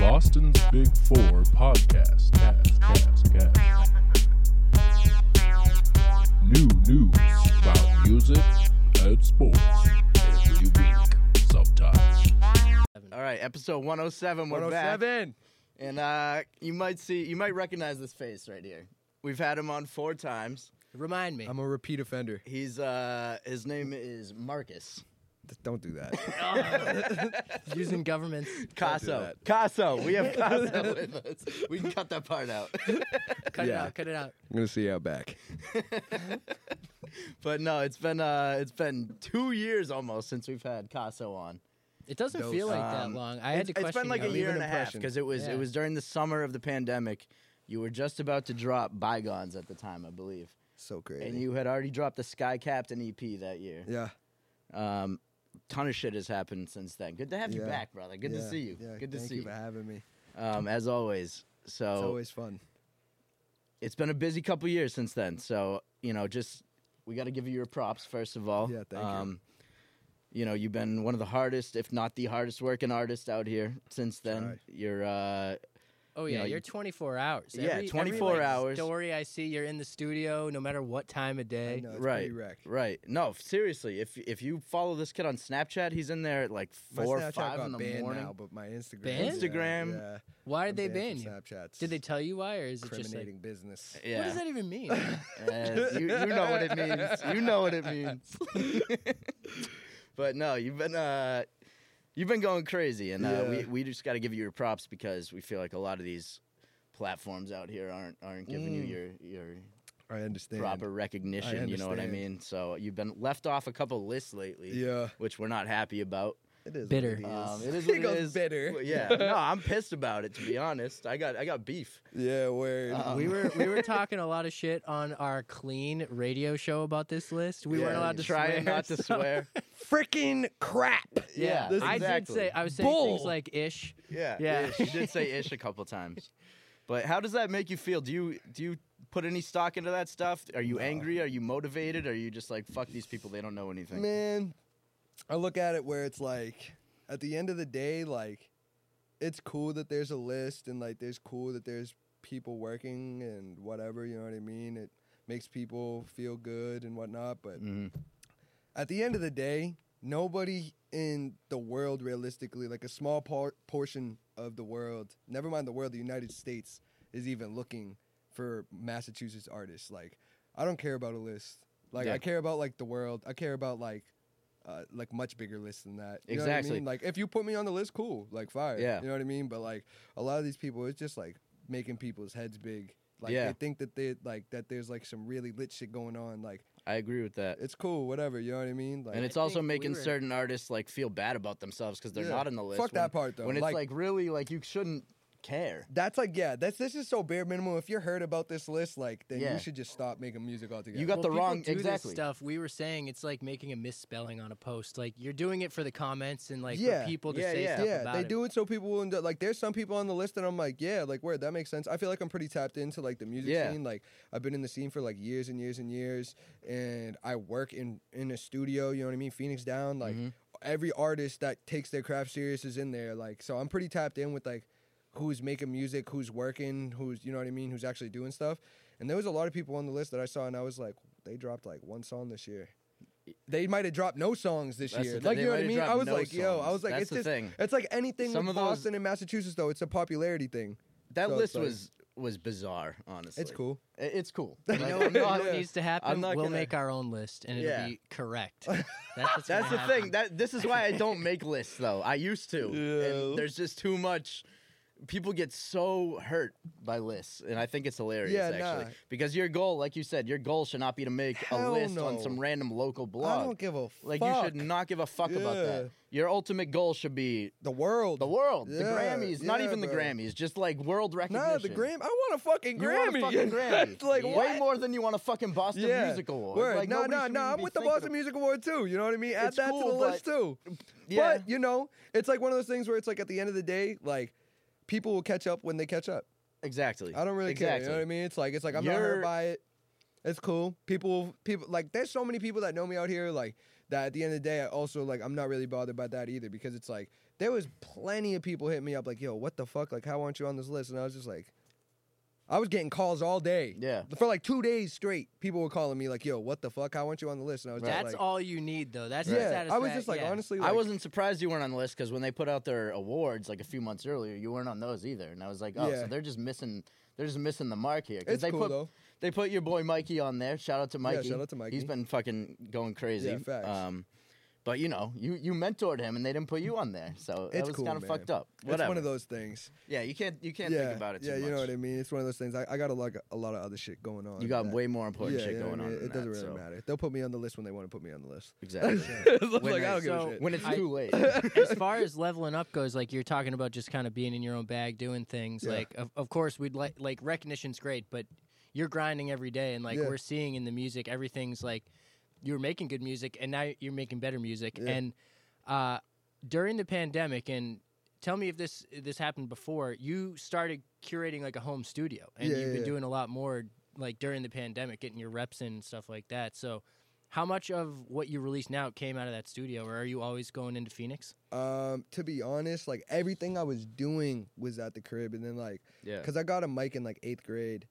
Austin's Big Four podcast. Cast, cast, cast. New news about music and sports every week, sometimes. All right, episode 107. We're oh back, 107. and uh, you might see, you might recognize this face right here. We've had him on four times. Remind me. I'm a repeat offender. He's uh, his name is Marcus Th- Don't do that. using governments. Caso. Caso, we have Caso with us. We can cut that part out. Cut Yeah. it out. Cut it out. I'm gonna see how back. but no, it's been uh, it's been two years almost since we've had Caso on. It doesn't Those- feel like Um, that long. I had to It's- question. It's been like you. a year an and a half impression. because it was Yeah. it was during the summer of the pandemic. You were just about to drop Bygones at the time, I believe, So crazy. and you had already dropped the Sky Captain EP that year. yeah. Um, ton of shit has happened since then. Good to have you Yeah. back, brother. Good to yeah, see you. yeah, Good to thank see you you, Oh. for having me. um, as always. So It's always fun. it's been a busy couple years since then. So you know, just we got to give you your props first of all. Um, Yeah, thank you. you. know, you've been one of the hardest, if not the hardest working artist out here since then. Try. You're uh, Oh you yeah, know, you you- are 24 hours. Yeah, Every- every, 24 like, hours. Story I see, you're in the studio, no matter what time of I day. know, it's right, pretty wreck. right. No, f- seriously, if if you follow this kid on Snapchat, he's in there at like My four, Snapchat five got in the banned morning. now, but my Instagram. Banned? yeah, Instagram. Yeah. Why I'm did they ban banned you? from Snapchat. Did they tell you why, or is it just Incriminating like? business. Yeah. What does that even mean? Uh, you, you know what it means. You know what it means. but no, you've been uh, you've been going crazy, and uh, we Yeah. we just got to give you your props because we feel like a lot of these platforms out here aren't aren't giving you Mm. your your I understand. proper recognition. You know what I understand. mean? So you've been left off a couple lists lately, Yeah. which we're not happy about. It is Bitter. What it is. Um, it is what It it goes is. bitter. Well, yeah, no, I'm pissed about it to be honest. I got I got beef. yeah. Word. Um, we were we were talking a lot of shit on our clean radio show about this list. We weren't Yeah, allowed to try swear, and not to so- swear. Freaking crap. Yeah, This- I exactly. did say I was saying things Bull. like ish. Yeah, Yeah. Ish. You did say ish a couple times. But how does that make you feel? Do you do you put any stock into that stuff? Are you No. angry? Are you motivated? Are you just like fuck these people? They don't know anything. Man, I look at it where it's like, at the end of the day, like, it's cool that there's a list and like there's cool that there's people working and whatever. You know what I mean? It makes people feel good and whatnot. But Mhm. at the end of the day, nobody in the world, realistically, like a small por- portion of the world, never mind the world, the United States, is even looking for Massachusetts artists. Like, I don't care about a list. Like, Yeah. I care about like the world. I care about like, uh, like much bigger lists than that. You Know what I Exactly. mean? Like, if you put me on the list, cool. Like, fire. Yeah. You know what I mean? But like, a lot of these people, it's just like making people's heads big. Like Yeah. they think that they like that there's like some really lit shit going on. Like I agree with that. it's cool, whatever. You know what I mean? Like and it's I also think we making were- certain artists like feel bad about themselves because they're Yeah. not on the list. Fuck that part, though. When it's like, Like- really like you shouldn't care. That's like yeah. That's this is so bare minimum. If you're heard about this list, like then Yeah. you should just stop making music altogether. You got the people wrong- do this exactly. stuff. We were saying it's like making a misspelling on a post. Like you're doing it for the comments and like Yeah, for people to yeah, say yeah. stuff yeah. about They it. do it so people will end up, like. There's some people on the list that I'm like yeah, like where that makes sense. I feel like I'm pretty tapped into like the music Yeah. scene. Like I've been in the scene for like years and years and years, and I work in in a studio. You know what I mean? Phoenix down. Like Mhm. every artist that takes their craft serious is in there. Like so, I'm pretty tapped in with like who's making music, who's working, who's you know what I mean, who's actually doing stuff. And there was a lot of people on the list that I saw, and I was like, they dropped like one song this year. They might have dropped no songs this That's the year. thing, Like they you might know what I have mean? I dropped was no like, yo, I songs. was like, That's it's the just, thing. it's like anything Some with of those- Boston and Massachusetts though. It's a popularity thing. That So it's list like- was was bizarre. Honestly, It's cool. I- It's cool. You You Like, know I'm what not- Yeah. needs to happen? not We'll gonna- make our own list and it'll Yeah. be correct. That's, what's That's the gonna thing. happen. That this is why I don't make lists though. I used to. Yeah. And there's just too much. People get so hurt by lists, and I think it's hilarious Yeah, actually. nah. Because your goal, like you said, your goal should not be to make a Hell list on no. some random local I blog. don't give a Like fuck. you should not give a fuck about Yeah. that. Your ultimate goal should be the world. the world, the Yeah, Grammys, not yeah, even the bro. Grammys, just like world recognition. Nah, the Gram. I want a fucking You Grammy. want a fucking Grammy. It's like way what? more than you want a fucking Boston yeah. Music Award. Word. Like, no, nobody no, should no. even I'm be with the thinking Boston of- Music Award too. You know what I mean? Add It's that to cool, the but- list too. Yeah. But you know, it's like one of those things where it's like at the end of the day, like people will catch up when they catch up. Exactly. I don't really exactly. care. You know what I mean? It's like it's like I'm not You're- hurt by it. It's cool. People, people like there's so many people that know me out here. Like that at the end of the day, I also like I'm not really bothered by that either because it's like there was plenty of people hitting me up like, "Yo, what the fuck? Like, how aren't you on this list?" And I was just like, I was getting calls all day, Yeah. for like two days straight. People were calling me like, "Yo, what the fuck? How aren't you on the list?" And I was just That's like, all you need, though. That's the yeah. I was satisfac- just like, yeah. honestly, I like- wasn't surprised you weren't on the list because when they put out their awards like a few months earlier, you weren't on those either. And I was like, oh, Yeah. so they're just missing, they're just missing the mark here. 'Cause It's they cool put, though. They put your boy Mikey on there. Shout out to Mikey. shout out to Mikey. He's been fucking going crazy. Yeah, facts. Um, but you know, you you mentored him, and they didn't put you on there, so that It's was cool, kind of man. fucked up. Whatever. It's one of those things. yeah, you can't you can't yeah, think about it. Too yeah, much. you know what I mean. It's one of those things. I, I got a lot, a lot of other shit going on. You got that- way more important Yeah, shit you know what going I on. mean? than It doesn't that, really so- matter. They'll put me on the list when they want to put me on the list. Exactly. It's like, When I don't give a so- shit. when it's I- too late. as far as leveling up goes, like you're talking about just kind of being in your own bag, doing things. Yeah. Like, of, of course, we'd like like recognition's great, but you're grinding every day, and like Yeah. we're seeing in the music, everything's like you're making good music, and now you're making better music. Yeah. And uh, during the pandemic, and tell me if this this happened before, you started curating like a home studio, and Yeah, you've yeah, been yeah. doing a lot more like during the pandemic, getting your reps in and stuff like that. So. How much of what you release now came out of that studio, or are you always going into Phoenix? Um, to be honest, like everything I was doing was at the crib, and then like, Yeah. cause I got a mic in like eighth grade,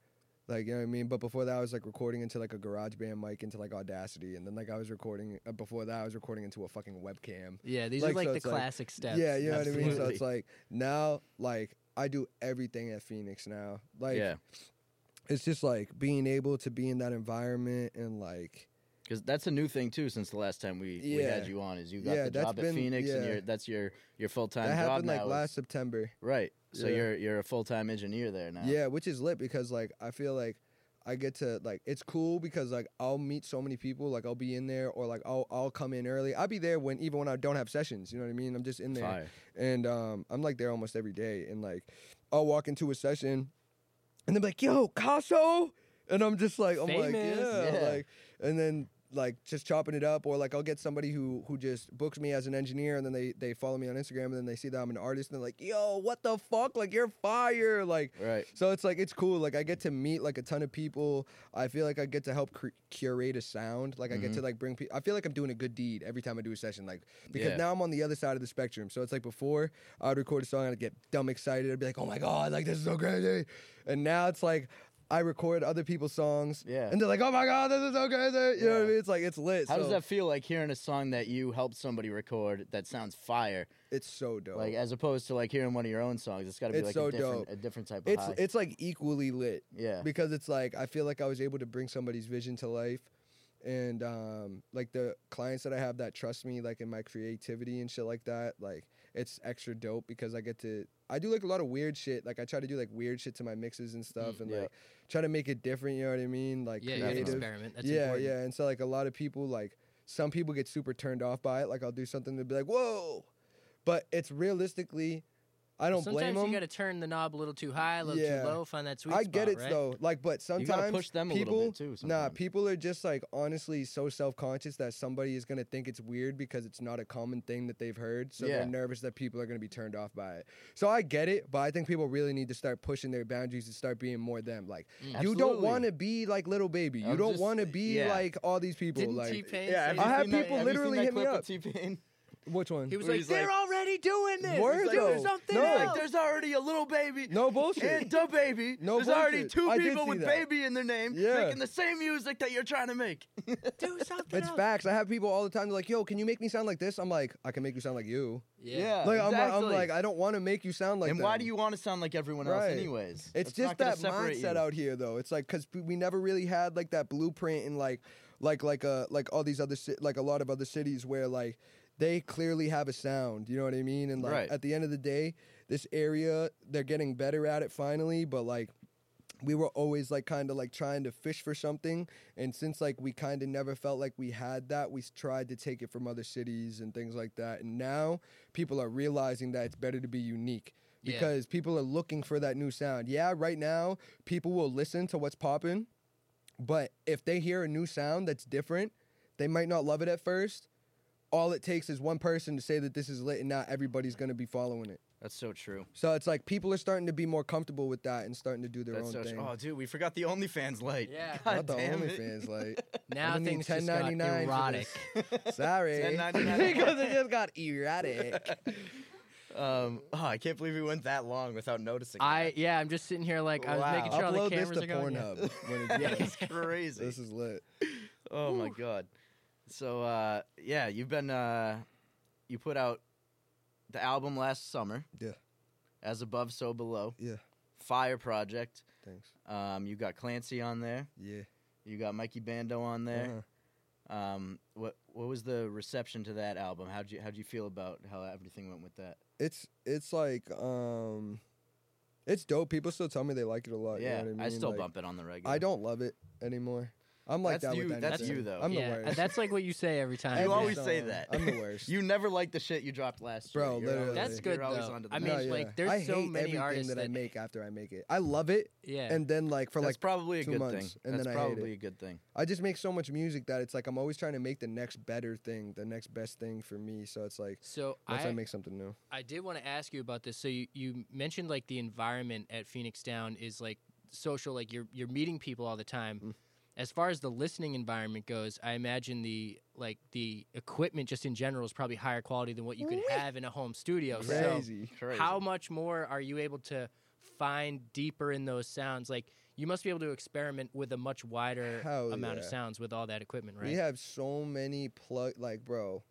like you know what I mean. But before that, I was like recording into like a garage band mic into like Audacity, and then like I was recording uh, before that, I was recording into a fucking webcam. Yeah, these Like, are like so the it's like- classic steps. Yeah, you know what I mean. So Absolutely. it's like now, like I do everything at Phoenix now. Like, yeah, it's just like being able to be in that environment and like, because that's a new thing too. Since the last time we, we had Yeah. you on, is you got Yeah, the that's job at been- Phoenix, and yeah. your that's your your full time that job happened now. like is- last September. right. So Yeah. you're you're a full time engineer there now. Yeah, which is lit because like I feel like I get to like it's cool because like I'll meet so many people. Like I'll be in there or like I'll I'll come in early. I'll be there when even when I don't have sessions. You know what I mean? I'm just in there Fire. and um I'm like there almost every day. And like I'll walk into a session and they're like, "Yo, Casso," and I'm just like, I'm like, Famous. yeah, Yeah. like, and then like just chopping it up or like I'll get somebody who who just books me as an engineer and then they they follow me on Instagram and then they see that I'm an artist and they're like, "Yo, what the fuck? Like you're fire!" Like Right. so it's like it's cool. Like I get to meet like a ton of people. I feel like I get to help cre- curate a sound. Like I Mm-hmm. get to like bring. Pe- I feel like I'm doing a good deed every time I do a session. Like because Yeah. now I'm on the other side of the spectrum. So it's like before I would record a song and I'd get dumb excited. I'd be like, oh my god, like this is so crazy. And now it's like I record other people's songs. Yeah. And they're like, oh my god, this is so crazy. You know what I Yeah. mean? It's like it's lit. How so does that feel like hearing a song that you helped somebody record that sounds fire, It's so dope. like as opposed to like hearing one of your own songs? It's got to be It's like so a different dope. a different type of it's high. it's like equally lit. yeah. because it's like I feel like I was able to bring somebody's vision to life, and um, like the clients that I have that trust me, like in my creativity and shit like that, like it's extra dope because I get to I do like a lot of weird shit. Like I try to do like weird shit to my mixes and stuff, and yeah. like try to make it different. You know what I mean? Like Mm, yeah, you have to creative. experiment. That's yeah, important. yeah. And so like a lot of people like some people get super turned off by it. Like I'll do something to be like, whoa, but it's realistically. I don't sometimes blame them. you got to turn the knob a little too high, a little Yeah. too low, find that sweet I spot. get it right? though. Like, but sometimes push them a little people, bit, too, Nah, sometimes. people are just like honestly so self conscious that somebody is gonna think it's weird because it's not a common thing that they've heard. So Yeah. they're nervous that people are gonna be turned off by it. So I get it, but I think people really need to start pushing their boundaries and start being more them. Like, you don't Mm. Absolutely. want to be like little baby. You I'm don't just- want to be yeah. like all these people. Didn't like, T-Pain Yeah, have say that? you I have seen that- people have you seen literally that hit me clip up. Of T-Pain? which one? He was Where like, he's they're like- already doing this. Word, He's like, though. Do something No. Like, else. there's already a little baby. no bullshit. And the baby. No There's already bullshit. two I did people see with that. baby in their name Yeah. making the same music that you're trying to make. Do something It's else. facts. I have people all the time. They're like, "Yo, can you make me sound like this?" I'm like, "I can make you sound like you." Yeah. Like I'm, like- I'm exactly. like, I don't want to make you sound like. and why them. do you want to sound like everyone else, Right. anyways? It's That's just not gonna that separate mindset you. out here, though. It's like because we never really had like that blueprint and like, like, like, uh, like all these other ci- like a lot of other cities where like they clearly have a sound. You know what I mean? And like Right. at the end of the day, this area they're getting better at it finally, but like. We were always like kind of like trying to fish for something, and since like we kind of never felt like we had that, we s- tried to take it from other cities and things like that. And now people are realizing that it's better to be unique Yeah. because people are looking for that new sound. Yeah, right now people will listen to what's popping, but if they hear a new sound that's different, they might not love it at first. All it takes is one person to say that this is lit, and now everybody's gonna be following it. That's so true. So it's like people are starting to be more comfortable with that and starting to do their That's own so thing. true. Oh, dude, we forgot the OnlyFans light. Yeah. Not God the damn it. OnlyFans, like Now gonna need things just got $10.99 for erotic. sorry, $10.99 because it just got erotic. Um, oh, I can't believe we went that long without noticing. I yeah, I'm just sitting here like I was making Wow. sure all Upload the this cameras to are going. yeah. that. Pornhub when it's done. That's crazy. This is lit. oh my god. So uh, yeah, you've been uh, you put out the album last summer. Yeah. As above, so below. Yeah. Fire project. Thanks. Um, you got Clancy on there. Yeah. You got Mikey Bando on there. Uh-huh. Um, what what was the reception to that album? How'd you how'd you feel about how everything went with that? It's it's like um, it's dope. People still tell me they like it a lot. yeah, You know what I, I, mean? still Like, bump it on the regular. I don't love it anymore. I'm like That's that you- with that's anything. you, though. I'm yeah, the worst. that's like what you say every time. Every You yeah. always say time. that. I'm the worst. You never liked the shit you dropped last year. You're Bro, literally. always- That's good You're always though. onto the I next. mean, No, like yeah. there's I so hate many everything artists that, I that- make after I make it. I love it, yeah. and then like for that's like probably a two good thing. months, and that's then I hate probably it. a good thing. I just make so much music that it's like I'm always trying to make the next better thing, the next best thing for me. So it's like so once I, I make something new, I did want to ask you about this. So you, you mentioned like the environment at Phoenix Down is like social, like you're you're meeting people all the time. Mm. As far as the listening environment goes, I imagine the like the equipment just in general is probably higher quality than what you could have in a home studio. So crazy. Crazy. how much more are you able to find deeper in those sounds? Like you must be able to experiment with a much wider Hell amount of yeah. sounds with all that equipment, right? We have so many plug, like bro,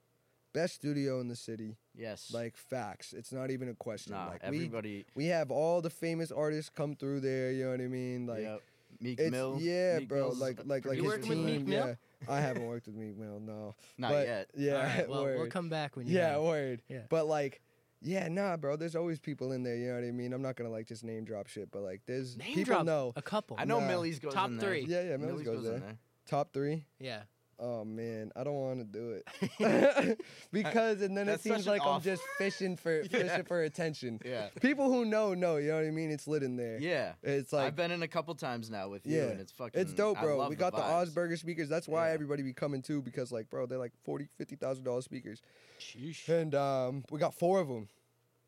best studio in the city. Yes. Like facts, it's not even a question. nah, like we everybody. we have all the famous artists come through there. You know what I mean? Like yep. Meek it's Mill. yeah, Meek bro. Mill's like like like You his working with team. Meek Mill? yeah, I haven't worked with Meek Mill. No, not but, yet. Yeah, All right, well, we'll word. come back when you Yeah, have- word. Yeah. But like, yeah, nah, bro. There's always people in there. You know what I mean? I'm not gonna like just name drop shit, but like, there's name people drop know a couple. I know Nah. Millie's goes Top in there. three. Yeah, yeah, Millie's Millie's goes in there. there. top three. Yeah. Oh man, I don't want to do it because and then That's it such seems an like I'm off- just fishing for Yeah. fishing for attention. Yeah. People who know know. You know what I mean? It's lit in there. Yeah. It's like I've been in a couple times now with you, Yeah. and it's fucking. It's dope, I bro. love We got the, vibes. Osberger speakers. That's why Yeah. everybody be coming too, because like, bro, they're like forty, fifty thousand dollar speakers, Sheesh. and um, we got four of them.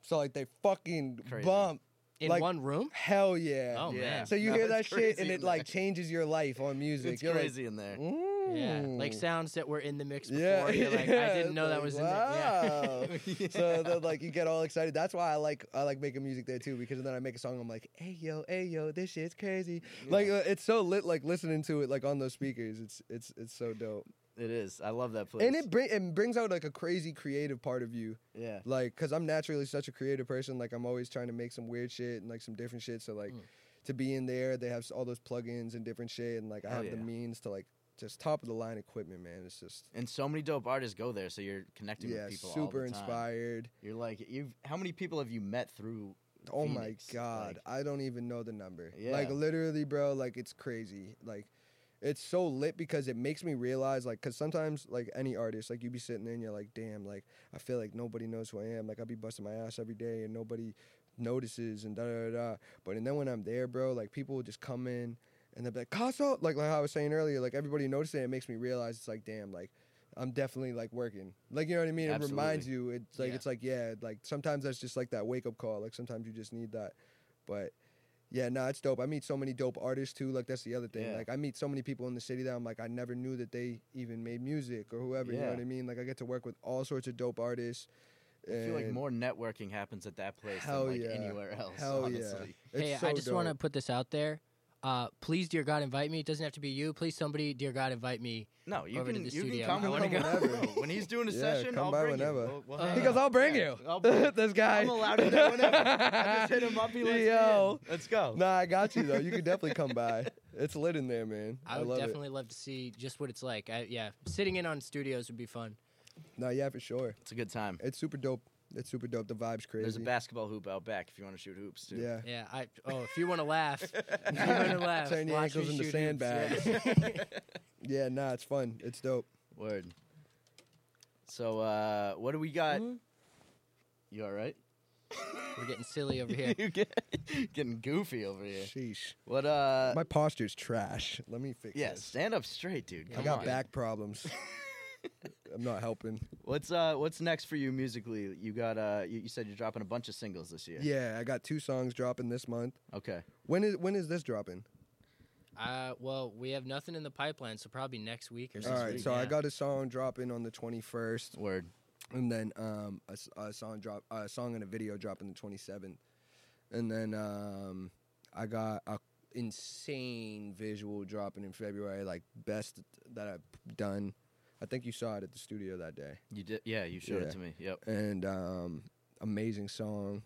So like, they fucking Crazy. bump. In like- one room? Hell yeah. Oh Yeah. man. So you No, hear it's that shit crazy and in it like there. changes your life on music. It's You're like, crazy in there. Yeah. Like "Mm." sounds that were in the mix before. Yeah, You're like, I yeah, didn't it's know that like, was in there. Yeah. wow. so then like you get all excited. That's why I like I like making music there too because then I make a song. I'm like, hey yo, hey yo, this shit's crazy. Like uh, it's so lit. Like listening to it like on those speakers, it's it's it's so dope. It is. I love that place. And it bring it brings out like a crazy creative part of you. yeah. Like, cause I'm naturally such a creative person. Like, I'm always trying to make some weird shit and like some different shit. So like, Mm. to be in there, they have s- all those plugins and different shit, and like I Hell have the yeah. means to like just top of the line equipment, man. It's just And so many dope artists go there, so you're connecting yeah, with people. all the super time. inspired. You're like, you've. How many people have you met through? Oh Phoenix, my god, like- I don't even know the number. Like Yeah. literally, bro. Like it's crazy. Like. It's so lit because it makes me realize, like, because sometimes, like, any artist, like, you be sitting there and you're like, damn, like, I feel like nobody knows who I am. Like, I be busting my ass every day and nobody notices and da da da. da. But and then when I'm there, bro, like, people will just come in and they'll be like, Casso, like, like how I was saying earlier, like, everybody noticing it, it makes me realize it's like, damn, like, I'm definitely like working. Like, you know what I mean? It reminds you, it's like, Yeah. it's like, yeah, like, sometimes that's just like that wake up call. Like, sometimes you just need that. But yeah, no, it's dope. I meet so many dope artists too. Like that's the other thing. Yeah. Like I meet so many people in the city that I'm like I never knew that they even made music or whoever. You know Yeah. what I mean? Like I get to work with all sorts of dope artists. I feel like and more networking happens at that place Hell than like yeah. anywhere else. Hell yeah. honestly. it's hey, so I just dope. want to put this out there. Uh, please, dear God, invite me. It doesn't have to be you. Please, somebody, dear God, invite me. No, you Over to can the you studio. can come I wanna whenever. go. No, when he's doing a Yeah, session, come I'll by bring whenever. you. We'll- we'll He hang goes, out. "I'll bring Yeah, you." I'll bring you. this guy. I'm allowed to do whenever. I just hit him up. He lets me in. Yo. Let's go. Nah, I got you though. You could definitely come by. It's lit in there, man. I, I would love definitely love to see just what it's like. I, yeah, sitting in on studios would be fun. it. Nah, yeah, for sure. It's a good time. It's super dope. It's super dope. The vibe's crazy. There's a basketball hoop out back if you want to shoot hoops too. Yeah. Yeah. I oh, if you want to laugh, if you want to laugh. Turn your watch me ankles into shoot hoops. Yeah. Yeah, nah, it's fun. It's dope. Word. So uh, what do we got? Hmm? You all right? We're getting silly over here. you get getting goofy over here. Sheesh. What uh? My posture's trash. Let me fix yeah, this. stand up straight, dude. I I Come got on. back problems. I'm not helping. What's uh What's next for you musically? You got uh you, you said you're dropping a bunch of singles this year. Yeah, I got two songs dropping this month. Okay. When is when is this dropping? Uh, well, we have nothing in the pipeline, so probably next week or All something. All right, week, so I yeah. got a song dropping on the 21st, Word. and then um a, s- a song drop a song and a video dropping the 27th, and then um I got a insane visual dropping in February, like best that I've done. I think you saw it at the studio that day. You did. Yeah. You showed Yeah. it to me. Yep. and um, amazing song.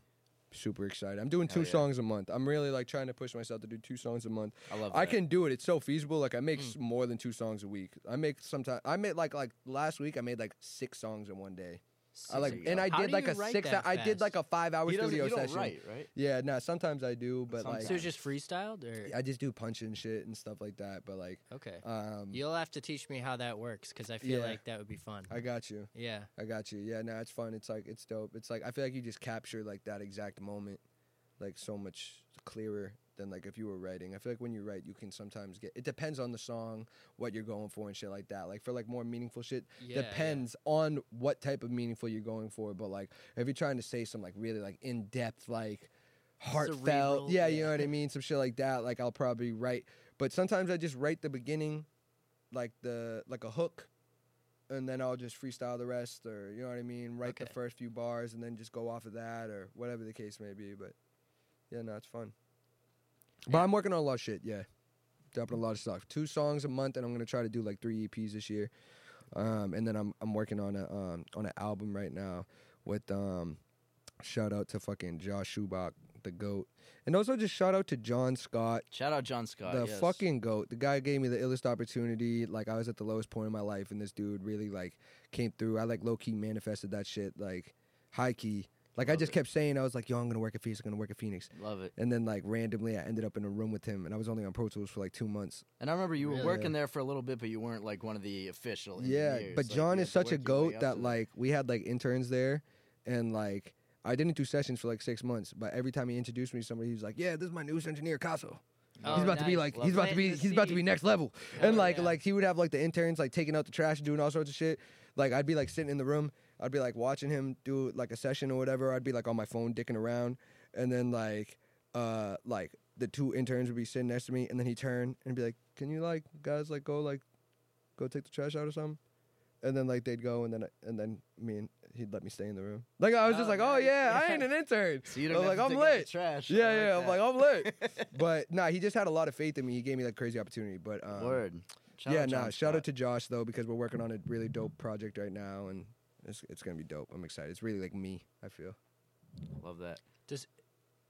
Super excited. I'm doing two Hell yeah. songs a month. I'm really like trying to push myself to do two songs a month. I love. That. Mm. I can do it. It's so feasible. Like I make s more than two songs a week. I make sometimes. I made like like last week. I made like six songs in one day. I like There you and go. I How did do like you a write six. that I did like a five hour He doesn't. studio You don't session. write, right? Yeah, no. sometimes I do, but like So it's just freestyled, or I just do punch and shit and stuff like that. But like, okay, um, you'll have to teach me how that works because I feel Yeah. like that would be fun. I got you. yeah, I got you. Yeah, no, it's fun. It's like it's dope. It's like I feel like you just capture like that exact moment, like so much clearer than like if you were writing. I feel like when you write, you can sometimes get. It depends on the song, what you're going for, and shit like that. Like for like more meaningful shit, yeah, yeah. depends on what type of meaningful you're going for. But like if you're trying to say some like really like in depth like heartfelt, Cerebral, yeah, you yeah. know what I mean, some shit like that. Like I'll probably write, but sometimes I just write the beginning, like the like a hook, and then I'll just freestyle the rest, or you know what I mean, write the Okay. first few bars and then just go off of that, or whatever the case may be. But yeah, no, it's fun. But I'm working on a lot of shit. Yeah, dropping a lot of stuff. Two songs a month, and I'm gonna try to do like three EPs this year. Um, and then I'm I'm working on a um, on an album right now with um, shout out to fucking Josh Schubach, the goat, and also just shout out to John Scott, Shout out John Scott. the yes. fucking goat. The guy gave me the illest opportunity. Like I was at the lowest point in my life, and this dude really like came through. I like low key manifested that shit, like high key. Like I Love just it. kept saying, I was like, yo, I'm gonna work at Phoenix. I'm gonna work at Phoenix. Love it. And then like randomly, I ended up in a room with him, and I was only on Pro Tools for like two months. And I remember you were Really? working there for a little bit, but you weren't like one of the official. Yeah, engineers. but Like, John you is had to such a work your way goat up that to like we had like interns there, and like I didn't do sessions for like six months, but every time he introduced me to somebody, he was like, "Yeah, this is my newest engineer, Caso. Oh, he's about to be nice. like, Love he's about to Planting be, the he's about to be seed. next level." Hell and like, yeah. like he would have like the interns like taking out the trash and doing all sorts of shit. Like I'd be like sitting in the room, I'd be like watching him do like a session or whatever. I'd be like on my phone dicking around, and then like, uh, like the two interns would be sitting next to me, and then he turn and be like, "Can you like guys like go like, go take the trash out or something?" And then like they'd go, and then and then me and he'd let me stay in the room. Like I was just Oh, like, "Oh nice. yeah, I Yeah. ain't an intern." So you I don't was have like, to "I'm dig up the lit." Trash. I Yeah, yeah. I'm that. like, I'm lit. but nah, he just had a lot of faith in me. He gave me like crazy opportunity. But um, Word. Shout yeah, out nah. John Shout out Scott. to Josh though because we're working on a really dope project right now, and it's it's gonna be dope. I'm excited. It's really like me. I feel. Love that.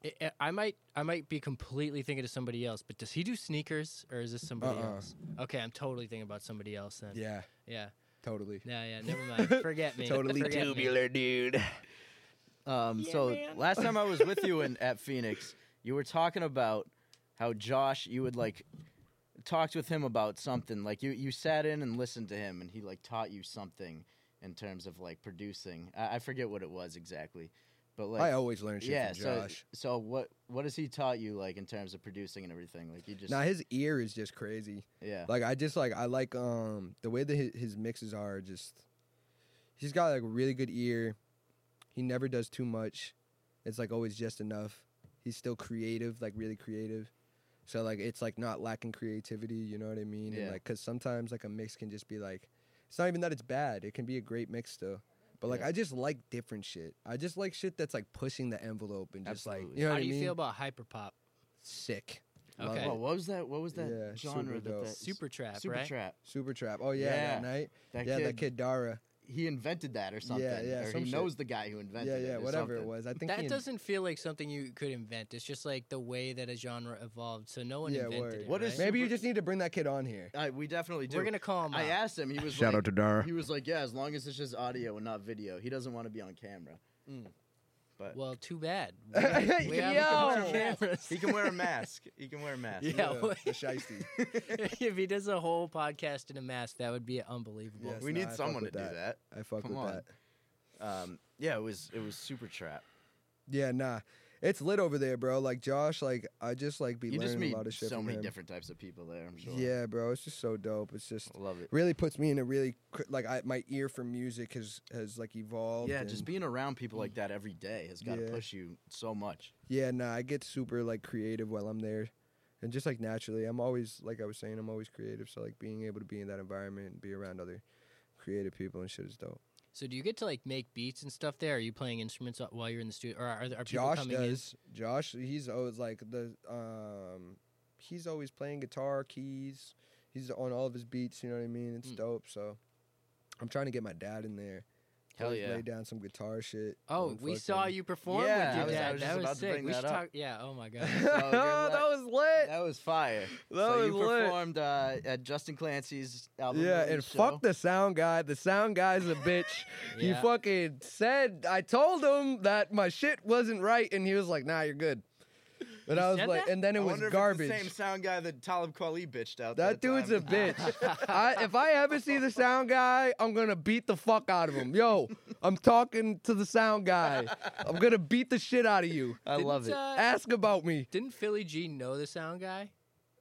I- I- I might I might be completely thinking of somebody else, but does he do sneakers or is this somebody Uh-uh. else? Okay, I'm totally thinking about somebody else then. Yeah, Yeah, yeah, totally. yeah. never mind. Forget me. Totally Forget me. dude. Um, so last time I was with you in at Phoenix, you were talking about how Josh, you would like talked with him about something. Like you, you sat in and listened to him, and he like taught you something in terms of like producing. I, I forget what it was exactly, but like I always learn shit yeah. from So Josh. so what what has he taught you like in terms of producing and everything? Like you just Now his ear is just crazy. yeah. Like I just like I like um the way that his, his mixes are just he's got like a really good ear. He never does too much. It's like always just enough. He's still creative, like really creative. So like it's like not lacking creativity, you know what I mean? And Yeah. like cuz sometimes like a mix can just be like it's not even that it's bad. It can be a great mix still. But like Yeah. I just like different shit. I just like shit that's like pushing the envelope and just like Absolutely. you know How what do I you mean? feel about hyperpop? Sick. Love Okay, Whoa, what was that? What was that uh, Yeah, genre? super that dope. that super trap, super right? trap. Super trap. Oh yeah, that Yeah. night. That yeah, kid, that kid Dara. he invented that or something. yeah, or some he shit. knows the guy who yeah, invented it. yeah, or whatever it something. was. I think That he in- doesn't feel like something you could invent. It's just like the way that a genre evolved. So no one Yeah, invented word. it. What is right? Maybe you super- just need to bring that kid on here. I, we definitely do. We're gonna call him. I out. asked him. He was like, to Dara. he was like, yeah, as long as it's just audio and not video. He doesn't want to be on camera. Mm. But Well, too bad. We have, we have Yo! a cameras. he can wear a mask. He can wear a mask. Yeah. the shiesty. if he does a whole podcast in a mask, that would be unbelievable. Yes. we Nah, I need fuck someone to with do that. I fuck Come with on. that. Um, yeah, it was it was super trap. Yeah, nah. it's lit over there, bro. Like Josh, like I just like be You just learning meet a lot of shit so from many him. different types of people there. I'm sure. Yeah, bro, it's just so dope. It's just love it. really puts me in a really cr- like I, my ear for music has has like evolved. Yeah, just and- being around people like that every day has got to Yeah. push you so much. yeah. Nah, I get super like creative while I'm there, and just like naturally, I'm always like I was saying, I'm always creative. So like being able to be in that environment and be around other creative people and shit is dope. So do you get to like make beats and stuff there? Are you playing instruments while- while you're in the studio, or are, there- are people Josh coming does. Josh, he's always like the um, he's always playing guitar, keys. He's on all of his beats. You know what I mean? It's Mm. dope. So, I'm trying to get my dad in there. Hell Always yeah. Lay down some guitar shit. in? Oh, on we saw fucking- you perform Yeah, with your I was- I dad. was that just was about to sick. bring we that should up. talk. Yeah. Oh my god. So you're like- that was lit. That was fire. That so was you lit. performed uh, at Justin Clancy's album. Yeah, release and show. fuck the sound guy. The sound guy's a bitch. He Yeah. fucking said I told him that my shit wasn't right, and he was like, "Nah, you're good." And He I was said like, that? and then it I was wonder if it's garbage. the same sound guy that Talib Kweli bitched out. That dude's a time. bitch. I, if I ever see the sound guy, I'm gonna beat the fuck out of him. Yo, I'm talking to the sound guy. I'm gonna beat the shit out of you. I Didn't, love it. uh, Ask about me. didn't Philly G know the sound guy?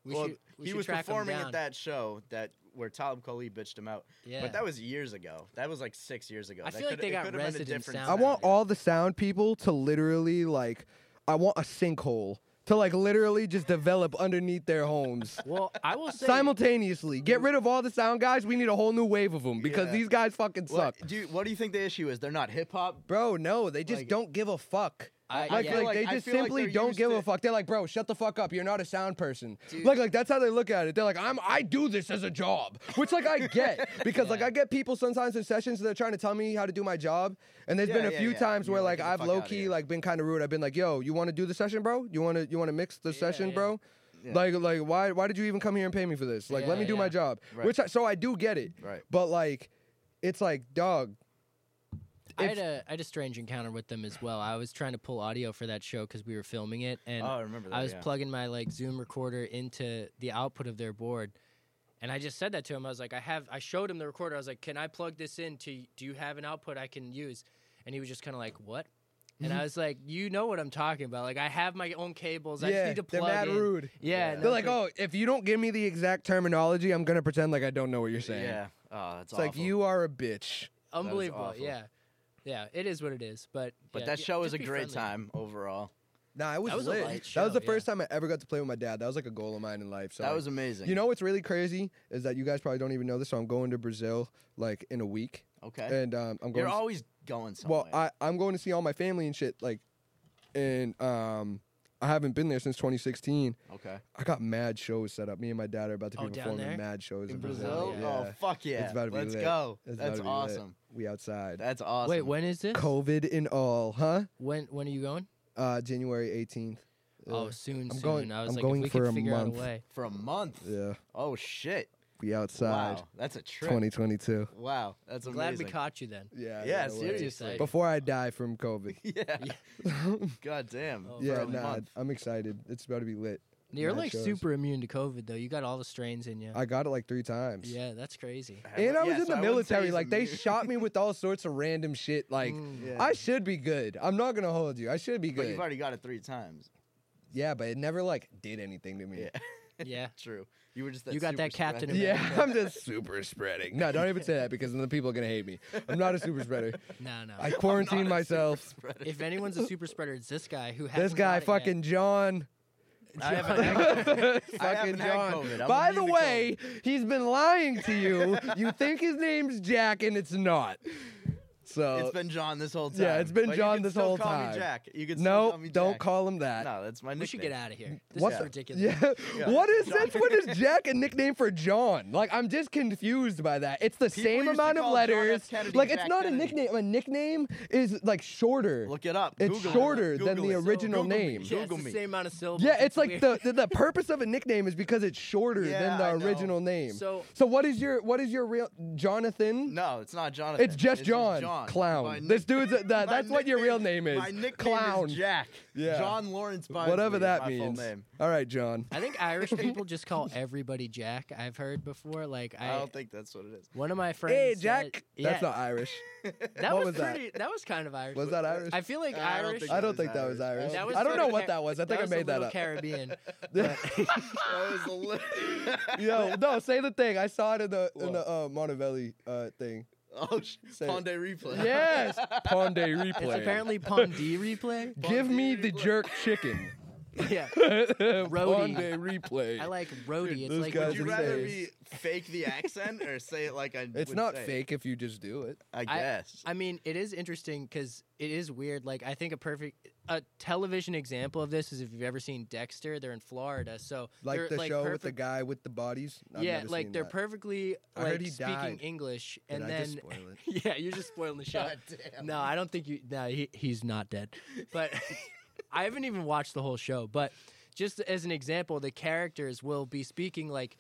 We well, should, we he should was track him performing at down. that show that where Talib Kweli bitched him out. Yeah. But that was years ago. That was like six years ago. I That feel like coulda- they it got coulda been a resident different sound I sound want guy. all the sound people to literally like. I want a sinkhole to like literally just develop underneath their homes. well, I will say. Simultaneously, get rid of all the sound guys. We need a whole new wave of them because Yeah. these guys fucking suck. What do, you, what do you think the issue is? They're not hip hop. Bro, no, they just Like- don't give a fuck. I- like, yeah. like, Like, they I just feel like simply they're don't used give a to- fuck. They're like, bro, shut the fuck up. You're not a sound person. Dude. Like, like that's how they look at it. They're like, I'm, I do this as a job, which like I get because like Yeah. I get people sometimes in sessions that are trying to tell me how to do my job, and there's Yeah, been a yeah, few yeah. times You're where like, like "Get the I've fuck outta low key here." like been kind of rude. I've been like, yo, you want to do the session, bro? You want to, you want to mix the session, yeah. bro? Yeah. Like, like why, why did you even come here and pay me for this? Like, let Yeah, me do yeah. my job. Right. Which I, so I do get it, Right. but like, it's like, dog, I if- had a I had a strange encounter with them as well. I was trying to pull audio for that show because we were filming it, and Oh, I remember that. I was yeah. plugging my like Zoom recorder into the output of their board, and I just said that to him. I was like, I have. I showed him the recorder. I was like, Can I plug this in? To do you have an output I can use? And he was just kind of like, What? And Mm-hmm. I was like, You know what I'm talking about? Like I have my own cables. I just yeah, need to plug they're mad in. rude. Yeah, and They're I was like, oh, if you don't give me the exact terminology, I'm gonna pretend like I don't know what you're saying. Yeah. Oh, that's It's like awful. you are a bitch. unbelievable. awful. Yeah, yeah, it is what it is. But But yeah, that yeah, show was just a be great friendly. time overall. Nah, it was, That was a lit. light that was show, the first time I ever got to play with my dad. That was like a goal of mine in life. So That like, was amazing. You know what's really crazy is that you guys probably don't even know this. So I'm going to Brazil like in a week, Okay. and um, I'm going. You're to- always going somewhere. well, I I'm going to see all my family and shit. Like, and um, I haven't been there since 2016. okay. I got mad shows set up. Me and my dad are about to be Oh, down performing there? mad shows in, In Brazil? Yeah. Oh fuck yeah. It's about to be Let's lit. go. It's about That's to be lit. awesome. We outside. That's awesome. Wait, when is this? COVID and all, huh? When when are you going? Uh, January 18th. Oh, Yeah. soon, Uh, I'm soon. going- I was I'm like, going if we for could a figure month. out a way. For a month. Yeah, Oh shit. we outside. Wow. That's a trip. 2022. Wow. That's amazing. I'm glad we caught you then. Yeah. Yeah, no way. seriously. Before I die from COVID. yeah. God damn. Oh, yeah, For a Bro, nah, month. I'm excited. It's about to be lit. You're Mad like shows. super immune to COVID though. You got all the strains in you. I got it like three times. yeah, that's crazy. And I was Yeah, in so the I wouldn't say military. he's Like they immune. shot me with all sorts of random shit. Like Mm. Yeah. I should be good. I'm not gonna hold you. I should be But good. you've already got it three times. yeah, but it never like did anything to me. Yeah. Yeah. True. You were just that You got that super Captain spreader. America. Yeah, I'm just super spreading. No, don't even say that because then the people are gonna hate me. I'm not a super spreader. No, no. I I'm not a quarantine super myself. spreader. if anyone's a super spreader, it's this guy who has This guy, fucking John. I haven't had COVID. I fucking haven't had COVID. John. I'm By the immune to way, he's been lying to you. you think his name's Jack, and it's not. So It's been John this whole time. uh, Yeah, it's been But you John can this still whole call time. Me Jack. You can still no, call me don't Jack. call him that. No, that's my nickname. We should get out of here. This What is the- ridiculous. Yeah. Yeah. What is John. since when is Jack a nickname for John? Like I'm just confused by that. It's the used same to amount of call John F. letters. Kennedy Like it's Jack not Kennedy. a nickname. A nickname is like shorter. Look it up. It's Google it. shorter than Google the it. original Google me. name. Yeah, Google it's me. the same amount of syllables. yeah, it's like weird. the, the the purpose of a nickname is because it's shorter Yeah, than I the know. original name. So- what is your what is your real Jonathan? No, it's not Jonathan. It's just John. John. Clown. My this nick- dude's a, that, my that's what your real nickname- name is. My nickname Clown. is Jack. Yeah. John Lawrence Bisley Whatever is that my means. Full name. All right, John. I think Irish people just call everybody Jack. I've heard before. Like I, I, don't think that's what it is. one of my friends. Hey, said- Jack. yeah, That's not Irish. that what was, was that? pretty. That? was kind of Irish. Was that Irish? I feel like I don't Irish. think I that don't was think that Irish. was Irish. That was I don't know sorta what Ca- that was. I think I was a made that little up. Caribbean. That was a little. Yo, no, say the thing. I saw it in the in the uh, Montevelli uh, thing. oh, sh- Say- Pond Day replay. Yes, Pond Day replay. It's apparently Pondee replay. Give Pond me Day the replay. jerk chicken. yeah, Pond Day replay. I like roadie. It's those like guys Would when are you you rather insane. rather be fake the accent or say it like I? It's would not say it? fake if you just do it. I guess. I mean, it is interesting because it is weird. Like, I think a perfect a television example of this is if you've ever seen Dexter. They're in Florida, so Like they're, the show with the perfect- guy with the bodies. I've yeah, never like seen they're that. perfectly I heard like he speaking died. English, and Did I then just spoil it? yeah, you're just spoiling the show. No, I don't think you. No, he, he's not dead. But I haven't even watched the whole show. But just as an example, the characters will be speaking like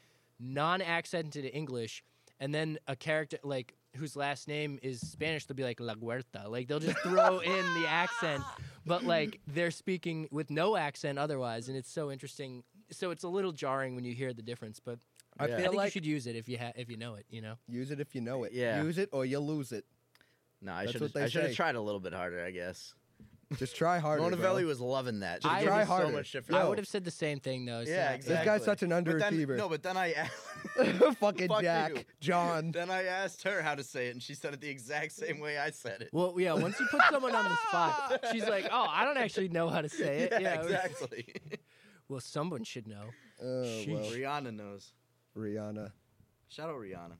non-accented English, and then a character like whose last name is Spanish, they'll be like La Huerta. Like they'll just throw in the accent, but like they're speaking with no accent otherwise, and it's so interesting. So it's a little jarring when you hear the difference, but I Yeah. I feel I think you like should use it if you ha- if you know it. You know. use it if you know it. Yeah. Use it or you lose it. no, I That's should what they I should have say. tried a little bit harder, I guess. Just try harder. Mona bro. Valley was loving that. Just She gave try me harder. So much shit for Yo. I that. would have said the same thing though. so- Yeah, This exactly. guy's such an But then- underachiever. No, but then I asked, Fucking Fuck Jack, you. John. then I asked her how to say it, and she said it the exact same way I said it. Well, yeah, once you put someone on the spot, she's like, oh, I don't actually know how to say it. yeah, it was- exactly. Well, someone should know. Oh, well, Sheesh. Rihanna knows. Rihanna. Shout out Rihanna.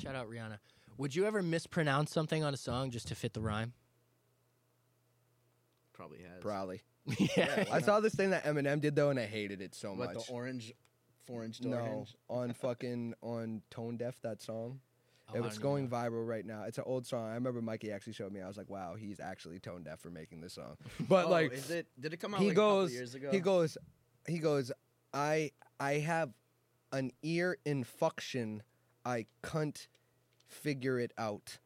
Shout out Rihanna. Would you ever mispronounce something on a song just to fit the rhyme? Probably has. Probably. yeah. I saw this thing that Eminem did though, and I hated it so What much. the orange, orange to no, orange? on fucking on Tone Deaf that song. Oh, I It's don't going know. viral right now. It's an old song. I remember Mikey actually showed me. I was like, wow, he's actually tone deaf for making this song. But Oh, like, is it? Did it come out? he like A goes, couple years ago? he goes, he goes. I I have an ear infection. I cunt figure it out.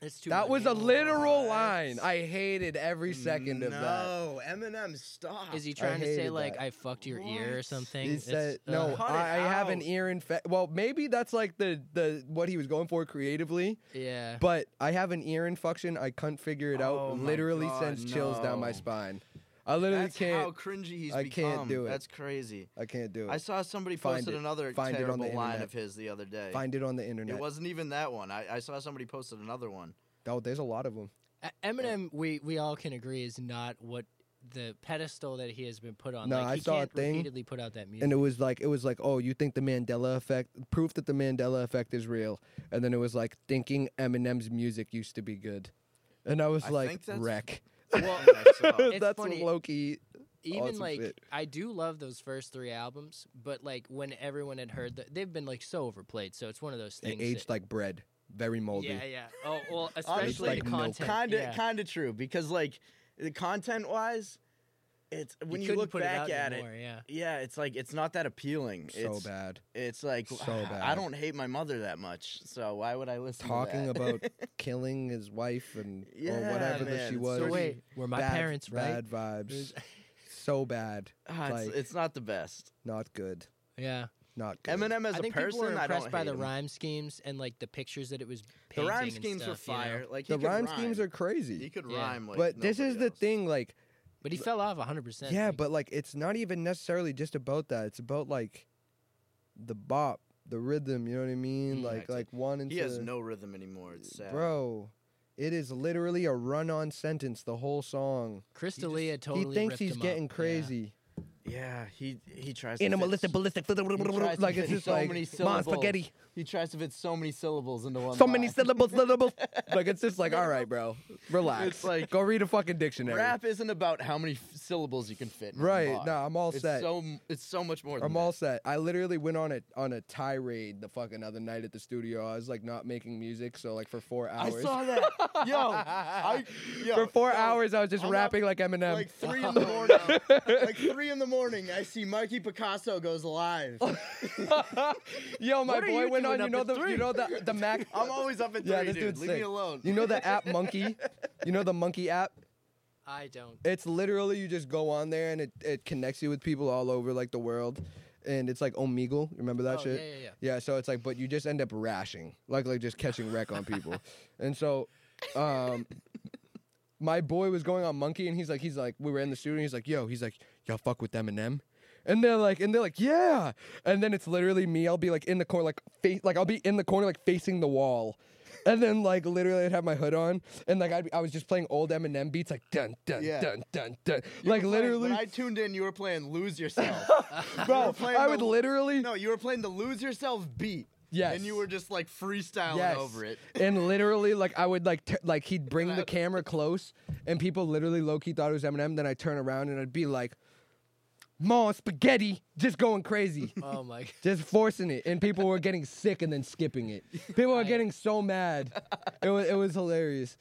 It's too that much. was a literal What? line. I hated every second of that. No, Eminem, stop. Is he trying to say hated like that. I fucked your ear or What? something? He It's- uh, said, "No, ugh. Cut it I, I have an out. ear infection." Well, maybe that's like the the what he was going for creatively. yeah. But I have an ear infection. I couldn't figure it Oh out. my Literally God, sends chills down my no. spine. I literally That's can't. how cringy he's I become. can't do it. That's crazy. I can't do I it. saw somebody Find posted it. another Find it on terrible the line internet. of his the other day. Find it on the it internet. wasn't even that one. I, I saw somebody posted another one. oh, there's a lot of them. E- Eminem, we we all can agree is not what the pedestal that he has been put on. No, like, I he saw a can't thing, repeatedly put out that music. And it was like it was like, oh, you think the Mandela effect? Proof that the Mandela effect is real. And then it was like thinking Eminem's music used to be good. And I was I like, think that's- wreck. Well, I saw. It's that's funny. Loki. even awesome like fit. I do love those first three albums, but like when everyone had heard that they've been like so overplayed, so it's one of those It things. aged that, like bread, very moldy. yeah, yeah. Oh well, especially like the milk. content. Kinda, yeah. kinda true because like, the content wise, it's when you, couldn't look put back it out at anymore, it. yeah. Yeah, it's like it's not that appealing. So it's, bad. It's like So I bad. don't hate my mother that much, so why would I listen? Talking to that? about killing his wife and Yeah, or whatever that man, she it's was. So dirty. wait, were my Bad- parents right? Bad It was- vibes. so bad. Ah, it's, like- it's not the best. Not good. yeah, Not good. Eminem as I a think people person, were I impressed don't by hate the him. rhyme schemes and like the pictures that it was. The rhyme painting and schemes were stuff, you know? fire. Like he the could rhyme rhyme. schemes are He crazy. could Yeah. rhyme like. but this is nobody the else. thing, like, But he fell off 100. percent yeah, but like, it's not even necessarily just about that. It's about like the bop, the rhythm. You know what I mean? Mm, like, exactly. like wanting He to, has no rhythm anymore. It's sad. bro. It is literally a run-on sentence. The whole song. Crystalia totally. he thinks ripped he's him up, getting yeah. crazy. Yeah, he he tries. to Animalistic, fit, ballistic, tries to like fit it's just so like many mom syllables. spaghetti. he tries to fit so many syllables into one. So many line. syllables, syllables. like it's just like, all right, bro, relax. It's like- go read a fucking dictionary. Rap isn't about how many f- syllables you can fit. in a Right. bar. No, I'm all it's set. So m- it's so much more. I'm than all that. set. I literally went on a on a tirade the fucking other night at the studio. I was like not making music, so like for four hours. I saw that. yo, I, yo, for four yo, hours, I was just I'm up, rapping like Eminem. Like three in the morning. like three in the morning, I see Mikey Picasso goes live. Yo, my What are boy you went on. doing You up know at the you three? know the the Mac. I'm always up at three. Yeah, this dude. dude's Leave me sick. alone. You know the app Monkey. You know the Monkey app. I don't. It's literally you just go on there and it, it connects you with people all over like the world, and it's like Omegle. Remember that Oh, shit? yeah, yeah, yeah. so it's like, but you just end up rashing, like like just catching wreck on people, and so, um. My boy was going on Monkey, and he's like, he's like, we were in the studio. And he's like, yo, he's like, y'all fuck with Eminem, and they're like, and they're like, yeah, and then it's literally me. I'll be like in the corner, like face, like I'll be in the corner, like facing the wall, and then like literally I'd have my hood on, and like I'd be, I was just playing old Eminem beats, like dun dun Yeah. dun dun dun, You like were playing- literally, When I tuned in, you were playing "Lose Yourself." you were bro, playing I the- would literally No, you were playing the "Lose Yourself" beat. Yes. And you were just like freestyling yes. over it. and literally, like I would like t- like he'd bring And I- the camera close, and people literally low key thought it was Eminem. Then I turn around and I'd be like, "Mom, spaghetti," just going crazy, Oh my. g- just forcing it, and people were getting sick and then skipping it. People were I- getting so mad. It was it was hilarious.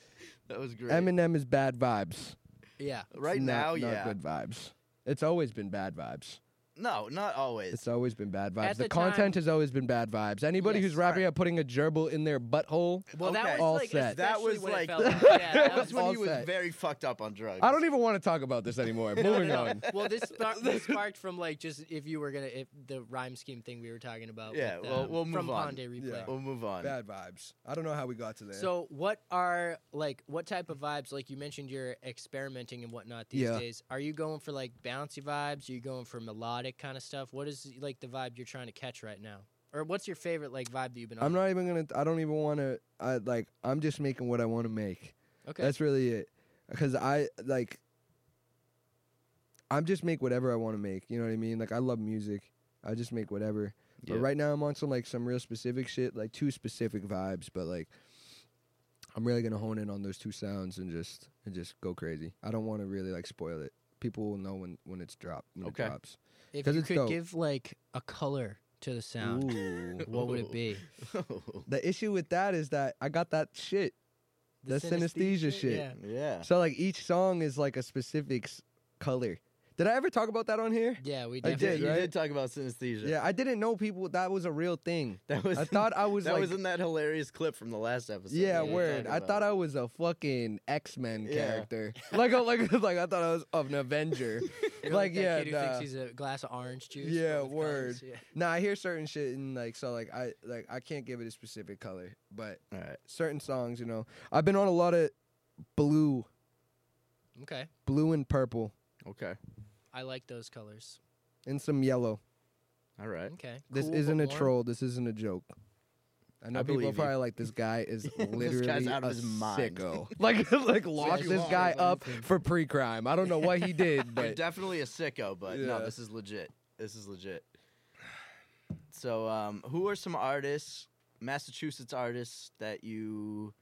That was great. Eminem is bad vibes. Yeah. right Not- now, not yeah. good vibes. It's always been bad vibes. No, not always. It's always been bad vibes. At The, the content time- has always been bad vibes. Anybody Yes, who's rapping about putting a gerbil in their butthole, Well, Okay. that was All like. set. That especially was when it like- fell out. Yeah, that was when all he was set. very fucked up on drugs. I don't even want to talk about this anymore. Moving on. well, this, spar- this sparked from like just if you were gonna if the rhyme scheme thing we were talking about. Yeah, with, well, um, we'll move from on. Pondé replay. Yeah. We'll move on. Bad vibes. I don't know how we got to there. So, what are like what type of vibes? Like you mentioned, you're experimenting and whatnot these Yeah. days. Are you going for like bouncy vibes? Are you going for melodic kind of stuff? What is like the vibe you're trying to catch right now? Or what's your favorite like vibe that you've been on? I'm not even gonna. I don't even want to. I like. I'm just making what I want to make. okay. That's really it. Because I like. I'm just make whatever I want to make. You know what I mean? Like I love music. I just make whatever. But Yeah. right now I'm on some like some real specific shit, like two specific vibes. But like, I'm really gonna hone in on those two sounds and just and just go crazy. I don't want to really like spoil it. People will know when when it's dropped when Okay. it drops. if 'cause you it's could dope. give like a color to the sound, Ooh. what would it be? Oh, The issue with that is that I got that shit. The The synesthesia shit. Yeah. yeah. So like each song is like a specific s- color. Did I ever talk about that on here? Yeah, we I You did, definitely you right? did talk about synesthesia. Yeah, I didn't know people that was a real thing. That was I thought I was that like was in that hilarious clip from the last episode. yeah, that we word. talked I about. thought I was a fucking X Men Yeah. character. like, a, like, like I thought I was of an Avenger. You're like, that yeah, kid who thinks nah. he's a glass of orange juice. Yeah, but with word. colors. Yeah. nah, I hear certain shit and like so like I like I can't give it a specific color, but All right. certain songs, you know, I've been on a lot of blue, Okay, blue and purple, Okay. I like those colors. and some yellow. All right. Okay, This Cool, but isn't a warm. troll. This isn't a joke. I know people believe are you. probably like, this guy is literally guy's out a of his mind." sicko. like, like locked you this are, guy like, up for pre-crime. I don't know what he did, You're but definitely a sicko, but no, Yeah. this is legit. This is legit. So, um, who are some artists, Massachusetts artists, that you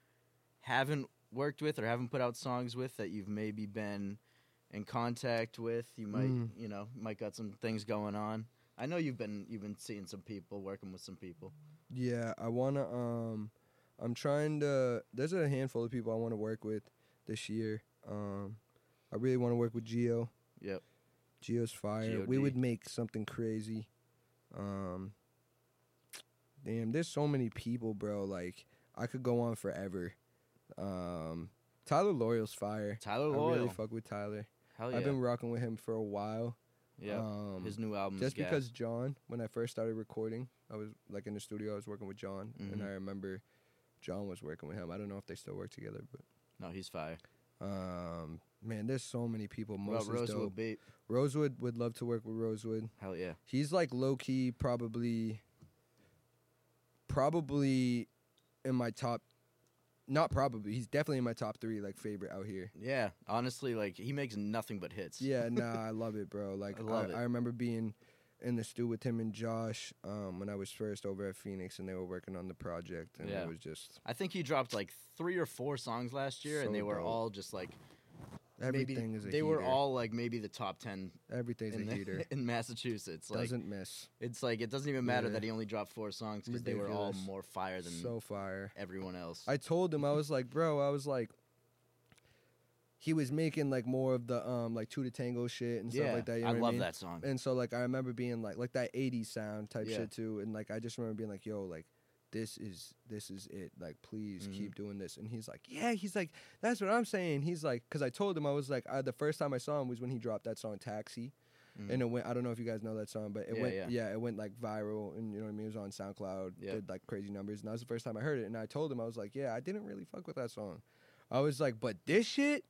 haven't worked with or haven't put out songs with that you've maybe been in contact with? You might, Mm. you know, might got some things going on. I know you've been you've been seeing some people, working with some people. yeah, I wanna. Um, I'm trying to. There's a handful of people I want to work with this year. Um, I really want to work with Geo. Yep. Geo's fire. G.O.D.. We would make something crazy. Um, damn, there's so many people, bro. Like I could go on forever. Um, Tyler Loyal's fire. Tyler I Loyal, really fuck with Tyler. hell yeah, I've been rocking with him for a while. yeah. Um, His new album, just because John, when I first started recording, I was like in the studio. I was working with John, and Mhm. I remember John was working with him. I don't know if they still work together, but no, he's fire. um, man, there's so many people. What Most about Rosewood dope. Beat? Rosewood would love to work with Rosewood. Hell yeah, He's like low key, probably, probably in my top. Not probably. He's definitely in my top three like favorite out here. yeah. Honestly, like he makes nothing but hits. Yeah, nah, I love it, bro. Like I I, love it. I remember being in the stew with him and Josh um, when I was first over at Phoenix, and they were working on the project, and Yeah. it was just I think he dropped like three or four songs last year, So and they were dope. all just like Everything maybe is a they were heater. all like maybe the top ten Everything's in, a the- heater. in Massachusetts. Like Doesn't miss. it's like it doesn't even matter Yeah. that he only dropped four songs because they were all Ridiculous. more fire than So fire. everyone else. I told him I was like, bro, I was like, he was making like more of the um like two to tango shit and yeah, stuff like that. You know I what love mean? that song. And so like I remember being like like that '80s sound type Yeah. shit too, and like I just remember being like, yo, like this is this is it. Like please Mhm. keep doing this. And he's like, yeah. He's like, that's what I'm saying. He's like, because I told him I was like, I, the first time I saw him was when he dropped that song Taxi. Mm. And it went. I don't know if you guys know that song, but it Yeah, went. yeah. Yeah. it went like viral, and you know what I mean. It was on SoundCloud. Yeah. Did like crazy numbers, and that was the first time I heard it. And I told him I was like, "Yeah, I didn't really fuck with that song." I was like, "But this shit,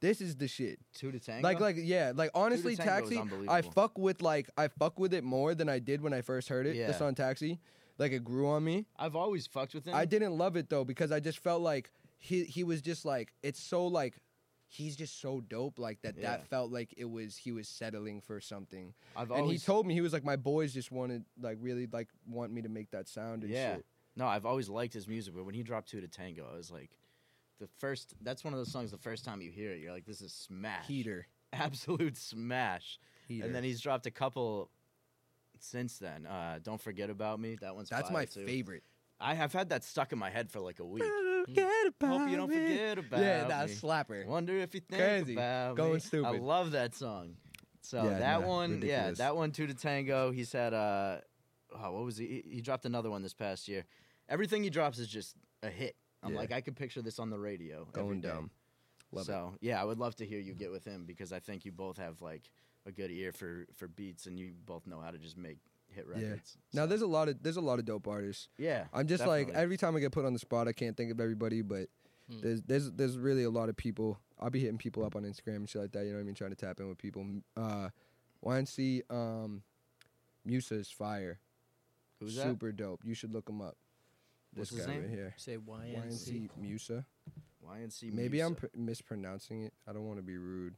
this is the shit." Two to tango. Like, like, yeah, like honestly, Tango is Taxi. I unbelievable. fuck with like I fuck with it more than I did when I first heard it. Yeah. The song Taxi, like it grew on me. I've always fucked with him. I didn't love it though because I just felt like he he was just like it's so like he's just so dope like that. Yeah. That felt like it was he was settling for something I've and he always told me he was like my boys just wanted like really like want me to make that sound and yeah. shit. No, I've always liked his music, but when he dropped Two to Tango, I was like, the first. That's one of those songs. The first time you hear it, you're like, this is smash. Heater. absolute smash. Heater. And then he's dropped a couple since then. Uh, Don't forget about me. That one's that's fire, my too. favorite. I have had that stuck in my head for like a week. Forget Hope you about don't it. forget about Mm. Yeah, me. that's slapper. Wonder if you think Crazy. about Going me. I stupid. love that song. So Yeah, that nah, one, yeah, ridiculous. that one, Two to Tango. He's had, uh, oh, what was he? he? He dropped another one this past year. Everything he drops is just a hit. I'm Yeah. like, I could picture this on the radio. every Going day. dumb. Love it. so yeah, I would love to hear you get with him because I think you both have like a good ear for for beats and you both know how to just make hit Yeah. records. Now there's a lot of there's a lot of dope artists. yeah, I'm just like definitely. every time I get put on the spot, I can't think of everybody, but Hmm. there's there's there's really a lot of people. I'll be hitting people up on Instagram and shit like that. You know what I mean? Trying to tap in with people. M- Uh, YNC um, Musa is fire. who's that? Super dope. You should look him up. What's this his guy name? right here. Say YNC. YNC Musa. YNC. Maybe I'm Musa. pr- mispronouncing it. I don't want to be rude.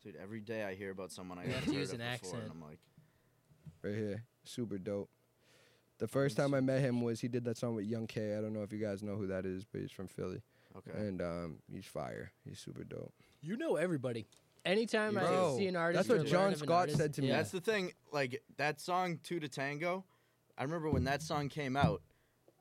dude. Every day I hear about someone I You have haven't to heard use of an before, and accent. I'm like, Right here, super dope. The first time I met him was he did that song with Young K. I don't know if you guys know who that is, but he's from Philly, okay, and um, he's fire. He's super dope. You know everybody. Anytime I Bro, see an that's artist, what or learn John of an Scott artist- said to me. Yeah. That's the thing. Like that song Two to Tango, I remember when that song came out,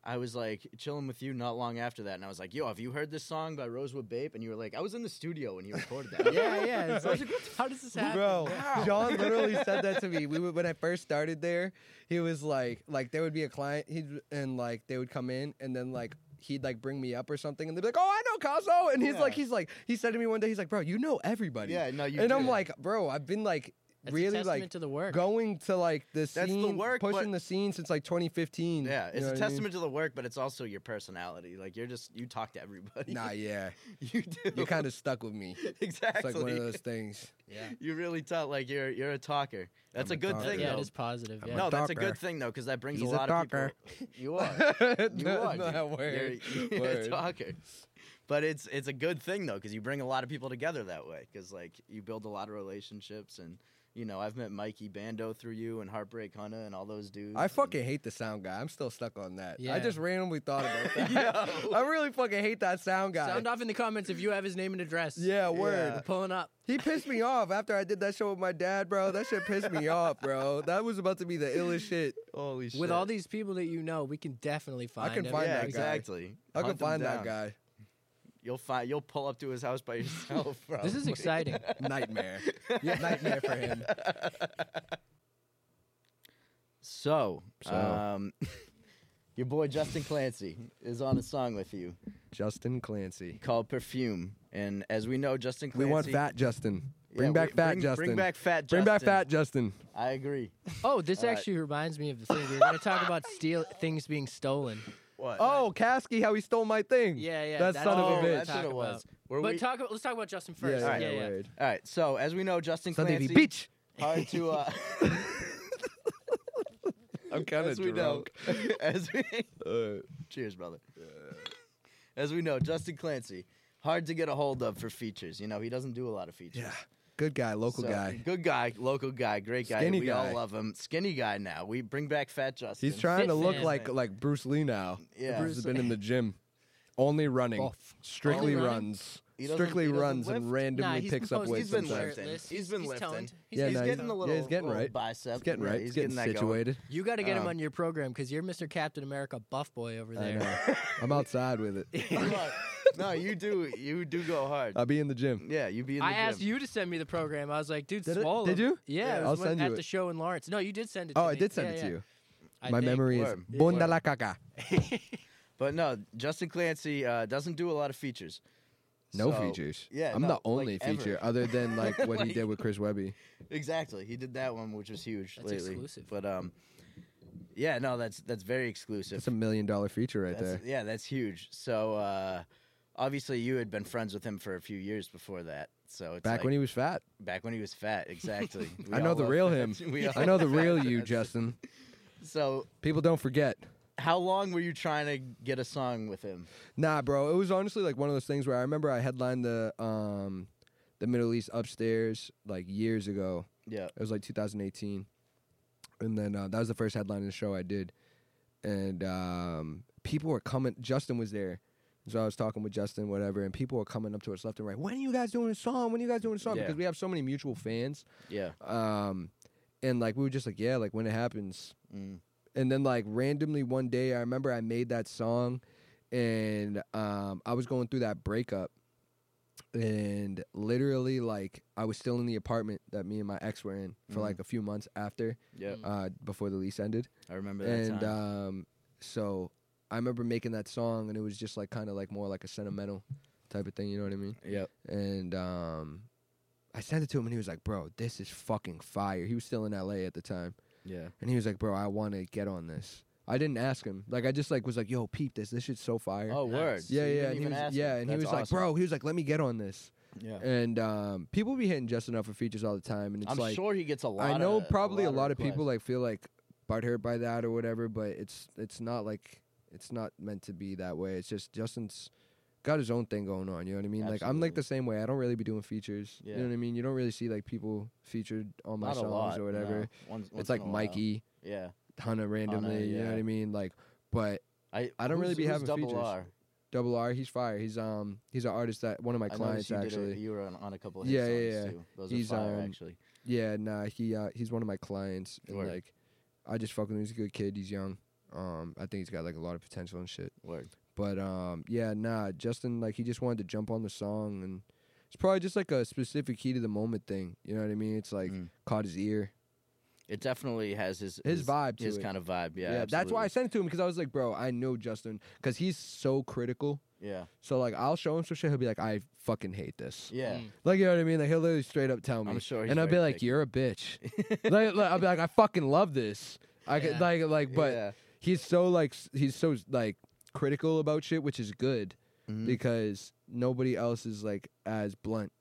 I was like chilling with you not long after that, and I was like, Yo, have you heard this song by Rosewood Bape? And you were like, I was in the studio when he recorded that. yeah, yeah. It's I was like, like, how does this happen? Bro, Wow. John literally said that to me. We would, when I first started there, he was like, like there would be a client, he would and like they would come in, and then like he'd like bring me up or something, and they'd be like, "Oh, I know Cosmo," and he's Yeah. like, he's like, he said to me one day, he's like, "Bro, you know everybody," Yeah, no, you and I'm did. like, "Bro, I've been like That's a really testament like to the work. going to like the the scene, work, pushing but- the scene since like Mm. 2015." Yeah, you it's know a what I mean? testament to the work, but it's also your personality. Like you're just you talk to everybody. Nah, yeah, you do. you're kind of stuck with me. It's exactly. like one of those things. Yeah, You really talk like you're you're a talker. That's a I'm a good talker. thing. yeah, though. it is positive. I'm Yeah. no, that's a talker. good thing though, because that brings He's a a lot of people. talker. You are. You are. dude. That word. You're, you're a Word. talker. But it's it's a good thing though, because you bring a lot of people together that way. Because like you build a lot of relationships, and you know I've met Mikey Bando through you and Heartbreak Hunter and all those dudes. I and- fucking hate the sound guy. I'm still stuck on that. Yeah. I just randomly thought about that. Yo. I really fucking hate that sound guy. Sound off in the comments if you have his name and address. Yeah, We're word. pulling up. He pissed me off after I did that show with my dad, bro. That shit pissed me off, bro. That was about to be the illest shit. holy shit With all these people that you know, we can definitely find. can him. find yeah that guy. exactly I can Hunt them find that down. guy. you'll find you'll pull up to his house by yourself bro This is exciting. Nightmare. Yeah, nightmare for him. so, So. um your boy Justin Clancy is on a song with you Justin Clancy. called Perfume and as we know Justin We Clancy want fat Justin. Bring Yeah, back we- fat bring- Justin. bring back fat Bring back Justin. fat Justin. I agree Oh, this All right. actually reminds me of the thing we were going to talk about steal things being stolen. what Oh, Kasky, how he stole my thing. Yeah, yeah. That that's son what of we a oh, bitch. were that's what talking it was about. Were but we- talk. Let's talk about Justin Yeah, first. yeah, Yeah, yeah. word. all right so as we know Justin Son of a Clancy bitch. hard to uh I'm kind of as we know drunk. as we Uh, Cheers, brother. As we know, Justin Clancy, hard to get a hold of for features. You know, he doesn't do a lot of features. yeah. Good guy, local So, guy. Good guy, local guy, great guy. Skinny we guy. all love him. Skinny guy now. We bring back Fat Justin. He's trying Fit to look fan. like like Bruce Lee now. Yeah. Bruce has been in the gym, only running, Buff. strictly Only running? runs. He doesn't- strictly he doesn't runs and lift. randomly Nah, he's picks up supposed- weights. He's been sometimes. lifting. shirtless. He's been He's lifting. toned. He's, He's Yeah, been no, getting he's- a little. yeah, he's getting little right. Bicep. He's getting Yeah, right. He's, He's getting, that going. situated. You got to get him Um, on your program because you're Mr. Captain America buff boy over I there. know. I'm outside with it. Look, no, you do. You do go hard. I'll be in the gym. yeah, you be in the I gym. asked you to send me the program. I was like, dude, Did it- swallow. did you? Yeah, Yeah. it was I'll when- send at you the it. show in Lawrence. No, you did send it. to Oh, I me. did send Yeah, it yeah. to you. I My think. memory is Word. bonda la caca. But no, Justin Clancy uh, doesn't do a lot of features. No So, features. yeah, I'm no, the only like, ever. feature other than like what he Like- did with Chris Webby. Exactly. He did that one, which was huge That's lately. exclusive. But um, yeah, no, that's that's very exclusive. That's a million dollar feature right That's- there. Yeah, that's huge. So uh, obviously, you had been friends with him for a few years before that. So it's Back like- when he was fat. back when he was fat, exactly. We I know all the love real him. fats. We all I know the love real fats. you, Justin. So People don't forget. how long were you trying to get a song with him? Nah, bro. It was honestly like one of those things where I remember I headlined the um the Middle East upstairs like years ago. Yeah, It was like 2018, and then uh, that was the first headline of the show I did, and um, people were coming. Justin was there, so I was talking with Justin, whatever, and people were coming up to us left and right. When are you guys doing a song? When are you guys doing a song? Yeah. Because we have so many mutual fans, yeah. um, and like we were just like, yeah, like when it happens. Mm. And then like randomly one day, I remember I made that song, and um, I was going through that breakup, and literally like I was still in the apartment that me and my ex were in for Mhm. like a few months after, Yep, Mm. uh, before the lease ended, I Mm-hmm. remember that and time. um, so I remember making that song, and it was just like kind of like more like a sentimental type of thing, you know what I mean? yep, and um, I sent it to him, and he was like, "Bro, this is fucking fire." He was still in L.A. at the time, yeah, and he was like, "Bro, I want to get on this." I didn't ask him. Like, I just like was like, "Yo, peep this. This shit's so fire." Oh, Nice. words. yeah, yeah, and he was, yeah, and he was like, "Bro," he was like, "Let me get on this." Yeah. And um, people be hitting Justin up for features all the time, and it's I'm like sure he gets a lot. I know of, probably a lot, of requests. people like feel like butthurt by that or whatever, but it's it's not like it's not meant to be that way. It's just Justin's got his own thing going on. You know what I mean? Like I'm like Absolutely. the same way. I don't really be doing features. You Yeah. know what I mean? You don't really see like people featured on my Not songs a lot, or whatever. no. Once- once It's in like a while. Mikey, Yeah, Hunter randomly. You know what yeah. I mean? Like, but I I don't really who's- be who's having double features. R? Double R, he's fire. He's um he's an artist that one of my I noticed clients you did a- actually. you were on, on a couple of his Yeah, songs yeah, yeah. too. Those He's, are fire, um, actually. Yeah, nah, he uh, he's one of my clients, and Word. like, I just fucking he's a good kid. He's young. Um, I think he's got like a lot of potential and shit. Word. But um, yeah, nah, Justin like he just wanted to jump on the song, and it's probably just like a specific heat of the moment thing. You know what I mean? It's like Mm. caught his ear, It definitely has his his, vibe to his it. kind of vibe. Yeah, that's why I absolutely. sent it to him because I was like, bro, I know Justin because he's so critical. Yeah, So like, I'll show him some shit. He'll be like, I fucking hate this. yeah. Mm. Like you know what I mean? Like he'll literally straight up tell me. I'm sure he's Mm. and I'll be very like, picky. "You're a bitch." like, like, I'll be like, "I fucking love this." I could Yeah. like like, but Yeah. he's so like s- he's so like critical about shit, which is good Mhm. because nobody else is like as blunt.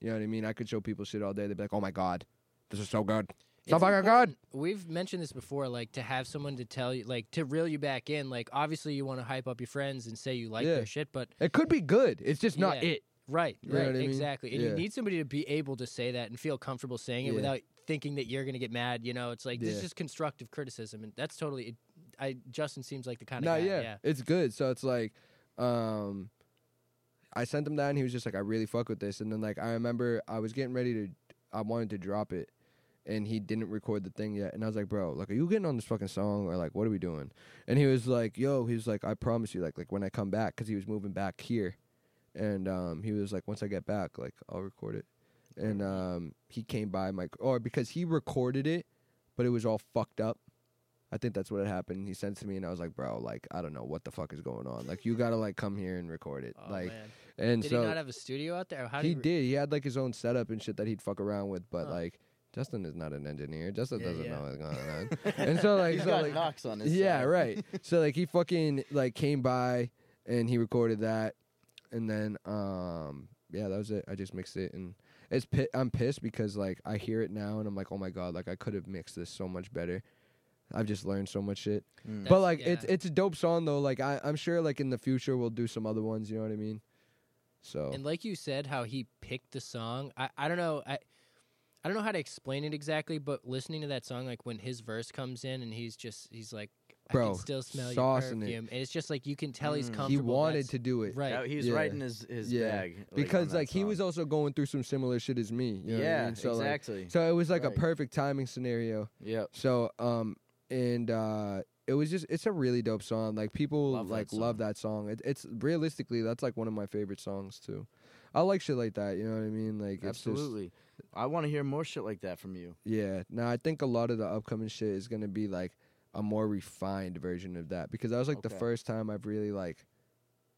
You know what I mean? I could show people shit all day. They'd be like, "Oh my god, this is so good." It's So fucking good. important- We've mentioned this before, like to have someone to tell you, like to reel you back in. Like obviously you want to hype up your friends and say you like Yeah. their shit, but It could be good. It's just not Yeah. it. right, You know right, what I mean? exactly. And Yeah. you need somebody to be able to say that and feel comfortable saying it Yeah. without thinking that you're gonna get mad. You know, it's like this Yeah. is just constructive criticism, and that's totally. It, I Justin seems like the kind of No, guy. yeah. yeah. it's good. So it's like, um, I sent him that, and he was just like, "I really fuck with this." And then like I remember I was getting ready to, I wanted to drop it, and he didn't record the thing yet. And I was like, "Bro, like, are you getting on this fucking song, or like, what are we doing?" And he was like, "Yo," he was like, "I promise you, like, like when I come back, because he was moving back here." and um, he was like, "Once I get back, like I'll record it." And Mm-hmm. um, he came by my or because he recorded it, but it was all fucked up. I think that's what had happened. He sent it to me, and I was like, "Bro, like I don't know what the fuck is going on. Like you gotta like come here and record it." Oh, like man. and did so he not have a studio out there? Or How he did, did. He had like his own setup and shit that he'd fuck around with, but Huh. like Justin is not an engineer. Justin Yeah, doesn't yeah. know what's going on. and so like He's so got like knocks on his. yeah, side. right. so like he fucking like came by and he recorded that, and then um yeah, that was it. I just mixed it and it's pi- I'm pissed because like I hear it now and I'm like, oh my god, like I could have mixed this so much better. I've just learned so much shit. Mm. but That's- like it's yeah. it's a dope song though. Like I I'm sure like in the future we'll do some other ones. You know what I mean? So And like you said, how he picked the song. I, I don't know. I I don't know how to explain it exactly, but listening to that song, like when his verse comes in and he's just he's like, I Bro, can still smell your saucing it. Mm. perfume. And it's just like you can tell he's comfortable. He wanted That's- to do it. right. That- he was Yeah. right in his, his Yeah. bag. on because that like he song. was also going through some similar shit as me. you know what I yeah, mean? So, like- exactly. so it was like Right. a perfect timing scenario. yep. So um and uh it was just it's a really dope song. Like people Love that like love that song. It, it's realistically that's like one of my favorite songs too. I like shit like that, you know what I mean? Like it's just Absolutely. I want to hear more shit like that from you. yeah. Now I think a lot of the upcoming shit is gonna be like a more refined version of that because that was like the Okay. first time I've really like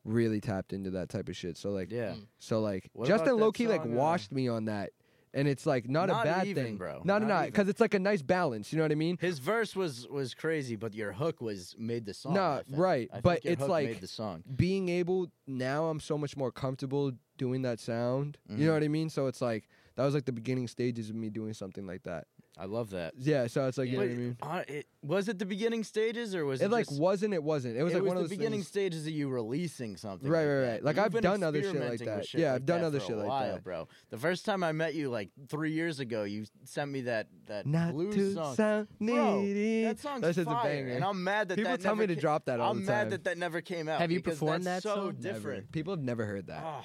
really tapped into that type of shit. So like Yeah. Mm. so like What about Justin that Loki like song, uh, washed me on that, and it's like not, Not a bad even, thing, bro. No, Not no, no, even. because it's like a nice balance. You know what I mean? His verse was was crazy, but your hook was made the song. Nah, I think. right, I think but your it's hook like- made the song. Being able now, I'm so much more comfortable doing that sound. You Mhm. know what I mean? So it's like that was like the beginning stages of me doing something like that. I love that. Yeah. So it's like you know Wait, what I mean? uh, it, was it the beginning stages or was it, It like just- wasn't. It wasn't. It was like one the of those beginning things. stages of you releasing something. Right, like right, that. right. Like, You've I've been done other shit like experimenting with that. Yeah, like I've done that other for a shit like while, that. bro. The first time I met you, like three years ago, you sent me that that Not blues to song. sound Bro, needy. that song's That's fire, just a banger. and I'm mad that People that tell never me ca- to drop that all I'm the mad time. that that never came out. Have you because performed that's that so song? Never. different? People have never heard that. Oh,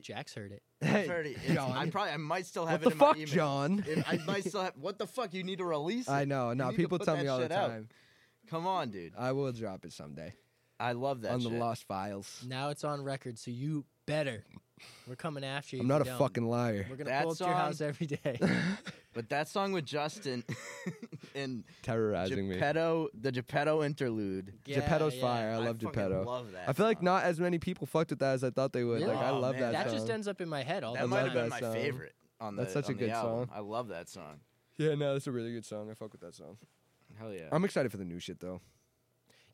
Jack's heard it. I've heard it. It's- John. I probably I might still have what it the in fuck, my email. John? If- I might still have. What the fuck? You need to release it. I know. You No, need to people put tell that me all the shit out. time. Come on, dude. I will drop it someday I love that. on the shit. Lost Files. Now it's on record, so you better. We're coming after you. I'm if not you a don't. fucking liar. We're gonna That pull up to your song- house every day. But that song with Justin and Terrorizing me. Geppetto, the Geppetto interlude. Yeah, Geppetto's yeah. fire. I love fucking Geppetto. Love that. I feel like song. not as many people fucked with that as I thought they would. Really? Like I Oh, love man. that, That song. just ends up in my head all That the might love have time. been that my song. favorite on the. That's such a on the good album. song. I love that song. yeah, no, that's a really good song. I fuck with that song. Hell yeah. I'm excited for the new shit though.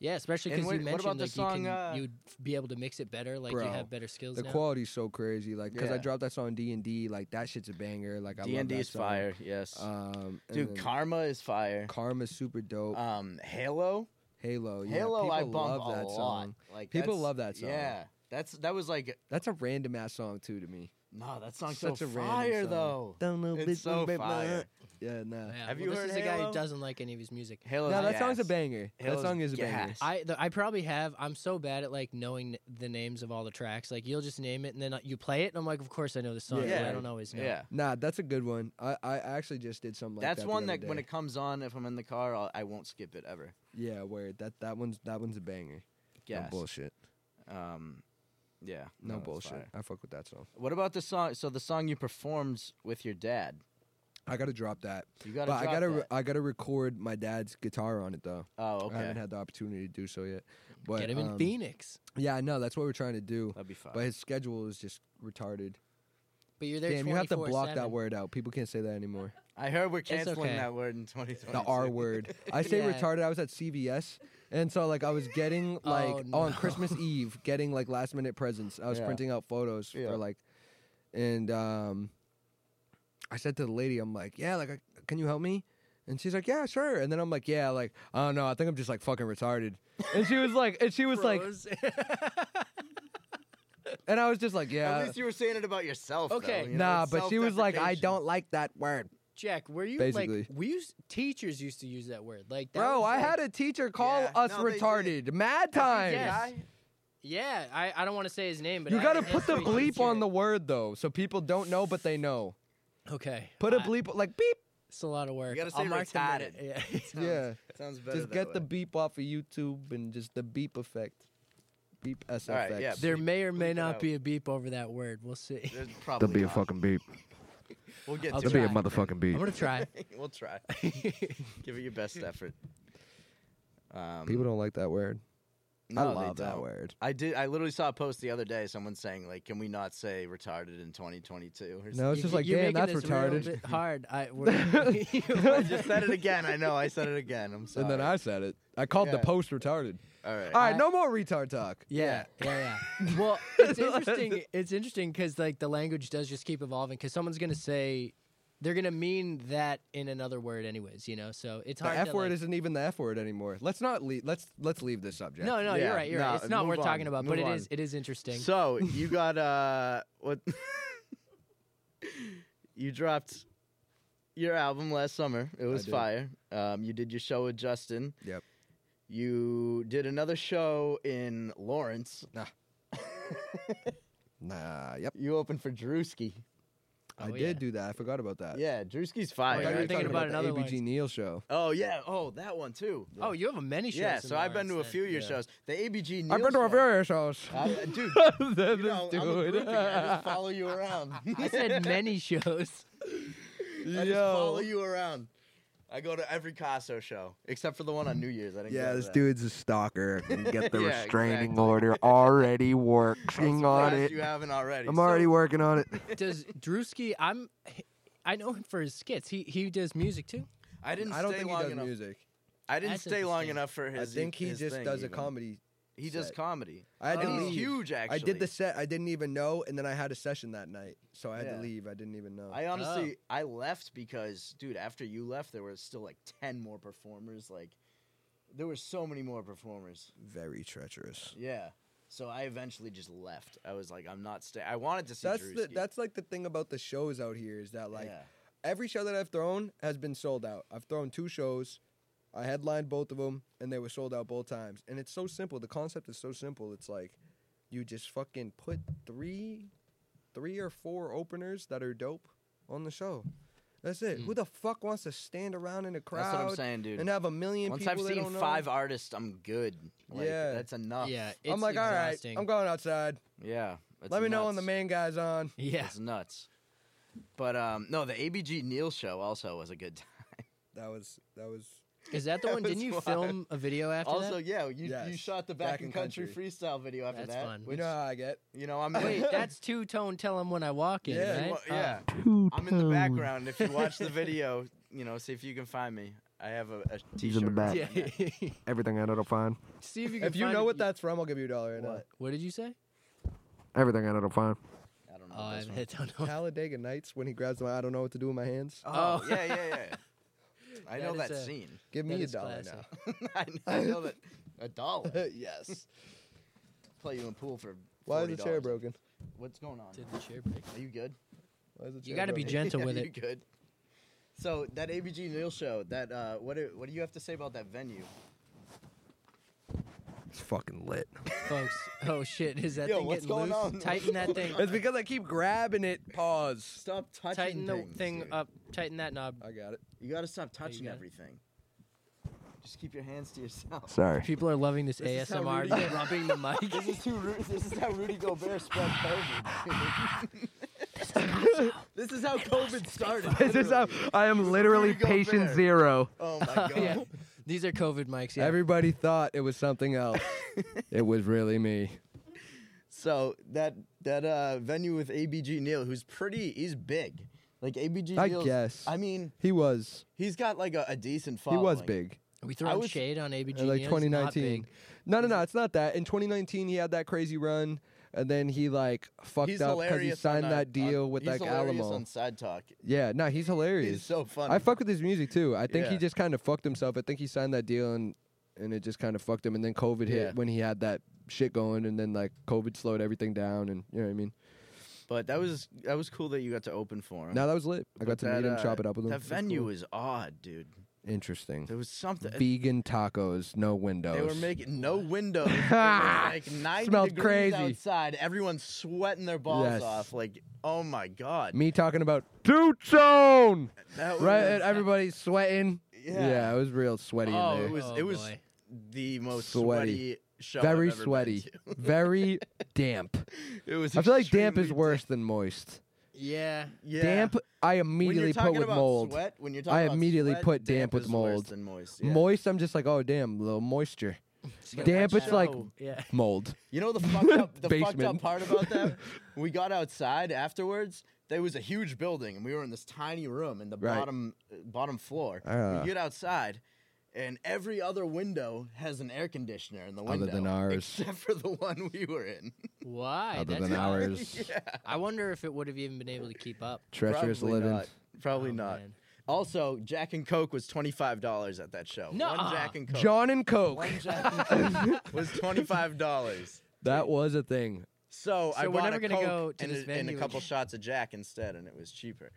Yeah, especially And because what- you what mentioned about the like song, you can uh, you'd f- be able to mix it better, like Bro, you have better skills. The now. quality's so crazy. Like, cause I Yeah. dropped that song D and D. Like that shit's a banger. Like I D love and that D's song. fire. Yes. Um, and Dude, then Karma is fire. Karma's super dope. Um, Halo. Halo. Oh, Yeah, Halo, people I bump love a that lot. song. Like People that's- love that song. Yeah, that's that was like That's a random ass song too to me. no, that song's Such so a random fire song. though. Don't know It's so fire. Yeah, nah. Yeah, Have well, you this heard is a guy Halo? who doesn't like any of his music. Halo. No, that song's a banger. Halo's that song is a banger. gas. I the, I probably have. I'm so bad at like knowing the names of all the tracks. Like you'll just name it and then uh, you play it, and I'm like, of course I know the song. but Yeah. I don't always know. Yeah. Nah, that's a good one. I, I actually just did something like That's that. the one other that when day. it comes on, if I'm in the car, I'll, I won't skip it ever. Yeah, word. That that one's that one's a banger. Yes. No bullshit. Um, yeah. No, that's bullshit. fire. I fuck with that song. What about the song? So the song you performed with your dad. I gotta drop that. You gotta. but I drop gotta re- that. I gotta record my dad's guitar on it though. oh, I okay. haven't had the opportunity to do so yet. But Get him in um, Phoenix. Yeah, I know. That's what we're trying to do. That'd be fun. But his schedule is just retarded. But you're there. Damn, you have to block 24/7. that word out. People can't say that anymore. I heard we're canceling okay. that word in 2020. the R word. I say Yeah. retarded. I was at CVS, and so like I was getting Oh, like on no. Christmas Eve, getting like last minute presents. I was Yeah. printing out photos Yeah. for like, and um, I said to the lady, I'm like, yeah, like I- can you help me? And she's like, yeah, sure. And then I'm like, yeah, like I don't know. I think I'm just like fucking retarded. And she was like, and she was like, Bros. and I was just like, yeah. At least you were saying it about yourself. though, Okay. you know, Nah, it's but she was like, I self-deprecation. don't like that word. Jack, were you Basically. like we used teachers used to use that word like that Bro, was, I like- had a teacher call Yeah. us No, they did. retarded mad times. Yes. yeah. I, I don't want to say his name, but You I gotta had put the every bleep teacher- on the word though, so people don't know but they know. Okay, Put a I- bleep like beep. It's a lot of work. You gotta I'll say mark the minute. retarded. Yeah. Sounds- Yeah. Sounds better. Just that get the way. beep off of YouTube and just the beep effect. Beep S All right, effect. yeah. There may or bleep may it not out. be a beep over that word. We'll see. There's probably not. beep. We'll get I'll to try. it. motherfucking I'm gonna try. we'll try. Give it your best effort. Um, People don't like that word. I no, they love that don't. word. I did. I literally saw a post the other day. Someone saying like, "Can we not say retarded in 2022?" Or No, it's You- just like, you're damn, making that's this real retarded. bit hard. I, we're- I just said it again. I know. I said it again. I'm sorry. And then I said it. I called the Yeah. post retarded. All right. All right, I- no more retard talk. Yeah, yeah, yeah. Well, it's interesting. It's interesting because like the language does just keep evolving. Because someone's gonna say, they're gonna mean that in another word, anyways. You know, so it's The hard. F to, word like- isn't even the F word anymore. Let's not leave. Let's let's leave this subject. No, no, Yeah, you're right. You're no, right. It's not move worth on, talking about, but move it on. is. It is interesting. So you got uh what? you dropped your album last summer. It was did. fire. Um, you did your show with Justin. Yep. You did another show in Lawrence. Nah, yep. You opened for Drewski. I Oh, did yeah. do that. I forgot about that. Yeah, Drewski's I Oh, fire. you're thought you were thinking talking about about, another the ABG ones. Neil show. Oh yeah. Oh, that one too. Oh, you have a many shows. yeah. in So I've been to a Lawrence few of your then. shows. The ABG. I've been to a Neil various shows. show. I- Uh, dude. This You know, I'm a dude. groupie. I just follow you around. I said many shows. I just follow Yo. you around. I go to every Casso show except for the one on New Year's. I didn't. Yeah, go to this that. dude's a stalker. You get the Yeah, restraining exactly. order already I'm working on surprised it. You haven't already. I'm So- already working on it. Does Drewski? I'm. I know him for his skits. He he does music too. I didn't I don't stay think he long does enough. music. I didn't That's stay long interesting. enough for I his. think he his just thing does a even. comedy. He does set. comedy. I had And to Oh. he's leave. huge, actually. I did the set. I didn't even know, and then I had a session that night, so I had Yeah. to leave. I didn't even know. I honestly, I left because, dude, after you left, there were still like ten more performers. Like, there were so many more performers. Very treacherous. Yeah. So I eventually just left. I was like, I'm not staying. I wanted to see. That's the, Drewski. that's like the thing about the shows out here is that like Yeah. every show that I've thrown has been sold out. I've thrown two shows. I headlined both of them, and they were sold out both times. And it's so simple. The concept is so simple. It's like you just fucking put three, three or four openers that are dope on the show. That's it. Who the fuck wants to stand around in a crowd Hmm. That's what I'm saying, dude. and have a million Once I've people? they seen don't know? five uh, artists, I'm good. Like, Yeah. that's enough. Yeah, it's I'm like, all right, exhausting. I'm going outside. yeah. it's Let me know when the nuts. main guy's on. Yeah, It's nuts. But um, no, the ABG Neil show also was a good time. That was that was is that the That one? Didn't was you wild. film a video after Also, that? yeah, you, you Yes. shot the Back back, in in country, country. freestyle video after That's that. fun. Which, you know how I get. you know, I'm Wait, that's two tone. Tell him when I walk in. Yeah, You right? wa- Oh. yeah. I'm in the background. If you watch the video, you know, see if you can find me. I have a, a He's t-shirt. in the on back. my neck. Yeah. Everything I know to find. Oh. See if you can. If you find know it. what that's from, I'll give you a dollar. Right now. What? What did you say? Everything I know to find. I don't know. Oh, what I, those I ones- don't know. Talladega Nights when he grabs my I don't know what to do with my hands. oh, Oh. yeah, yeah, yeah. I know That that is a- scene. Give That me a is dollar classic. I know- I know that. A dollar. now. yes. Play you in pool for. Why is the chair $40. broken? What's going on? Did the chair break? Are you good? Why is the You chair gotta be broken? gen- Gentle with you it. Good. So that ABG Neil show. That uh, what do, what do you have to say about that venue? It's fucking lit. Folks, oh shit, is that Yo, thing what's going getting loose? on? Tighten that thing. It's because I keep grabbing it. Pause. Stop touching Tighten the things, thing dude. up. Tighten that knob. I got it. You gotta stop touching got it. everything. Just keep your hands to yourself. Sorry. People are loving this, This is how ASMR, Rudy just gets- rubbing the mic. This is, too, Ru- this is how Rudy Gobert spread COVID. this is how COVID started. literally. I am literally Rudy Gobert. patient zero. Oh my god. yeah. These are COVID mics. Yeah. Everybody thought it was something else. it was really me. So that that uh, venue with ABG Neil, who's pretty, he's big. Like ABG I Neil. guess. I mean, He was. he's got like a, a decent He following. was big. Are we throwing was- shade on ABG? in like Neil? It's not 2019. big. No, no, no, it's not that. In 2019, he had that crazy run, and then he like fucked He's up because hilarious. he on signed a- that deal on, with he's like hilarious Alamo. on Side Talk. Yeah, no, he's hilarious. He's so funny. I fuck with his music too. I think he Yeah. just kind of fucked himself. I think he signed that deal and and it just kind of fucked him. And then COVID Yeah. hit when he had that shit going, and then like COVID slowed everything down. And you know what I mean. But that was that was cool that you got to open for him. Now that was lit. I got to That, meet him, uh, chop it up with him. That It was venue cool. is odd, dude. interesting. There was something. Vegan tacos, no windows. They were making no windows. It was like 90 Smells degrees crazy. outside. Everyone's sweating their balls Yes. off. Like, oh my god. me talking about two zone. That Right, was- and everybody's sweating. Yeah. it was real sweaty Oh, in there. it was Oh, it was boy. the most Sweaty. sweaty, show. very I've ever been sweaty, to. very damp. It was. I feel like damp is extremely worse than moist. Yeah. Yeah. Damp, I When you're immediately put talking with about mold. Sweat, when you're talking I about immediately sweat, put damp damp with is worse mold. than moist. yeah. Moist, I'm just like, oh damn, little moisture. Damp, Like it's like that. Yeah. mold. You know the fucked up, the fucked up Basement. part about that. we got outside afterwards. There was a huge building, and we were in this tiny room in the Right. bottom uh, bottom floor. Ah. we get outside, and every other window has an air conditioner in the Other window, than ours. except for the one we were in. Why? Other That's than odd. ours, I wonder if it would have even been able to keep up. treacherous Probably living. not. Probably Oh, not. man. Also, Jack and Coke was twenty five dollars at that show. Nuh-uh. One Jack and Coke. John and Coke. One Jack and Coke was twenty five dollars. That was a thing. So, I So we're bought never a gonna Coke go to and, this a, and a venue couple again. shots of Jack instead, and it was cheaper.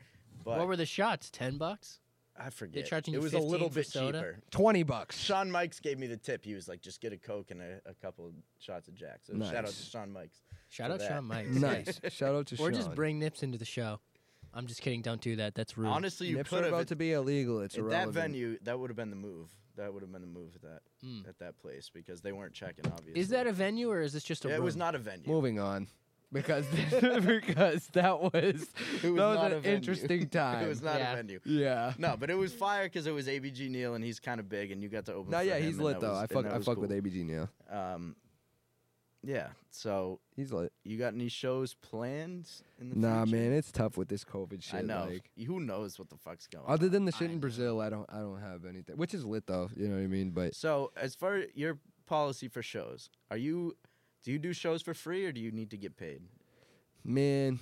But What were the shots? Ten bucks? I forget. charging it you was a little 15 for bit soda? cheaper. Twenty bucks. Sean Mikes gave me the tip. He was like, "Just get a Coke and a, a couple of shots of Jack." So shout out to Nice. Sean Mikes. Shout for out that. Sean Mike. nice. Shout out to Or Sean. just bring Nips into the show. I'm just kidding. Don't do that. That's rude. Honestly, you Nips could are have about at, to be illegal. It's at that irrelevant. venue. That would have been the move. That would have been the move at that Mm. at that place because they weren't checking. Obviously, is that a venue or is this just a? Yeah, it room? was not a venue. Moving on, because because that was, that was not an a venue. interesting time. it was not Yeah. a venue. yeah. No, but it was fire because it was ABG Neil and he's kind of big and you got to open. No, for yeah, him, he's and lit that though. was- I and fuck that I was fuck cool. with ABG now. Um, yeah. So He's lit. you got any shows planned? In the Nah, future? man, it's tough with this COVID shit. I know. Like, Who knows what the fuck's going on? other than the shit I in know. Brazil, I don't I don't have anything, which is lit though. You know what I mean? But So, as far as your policy for shows, are you do you do shows for free or do you need to get paid? man,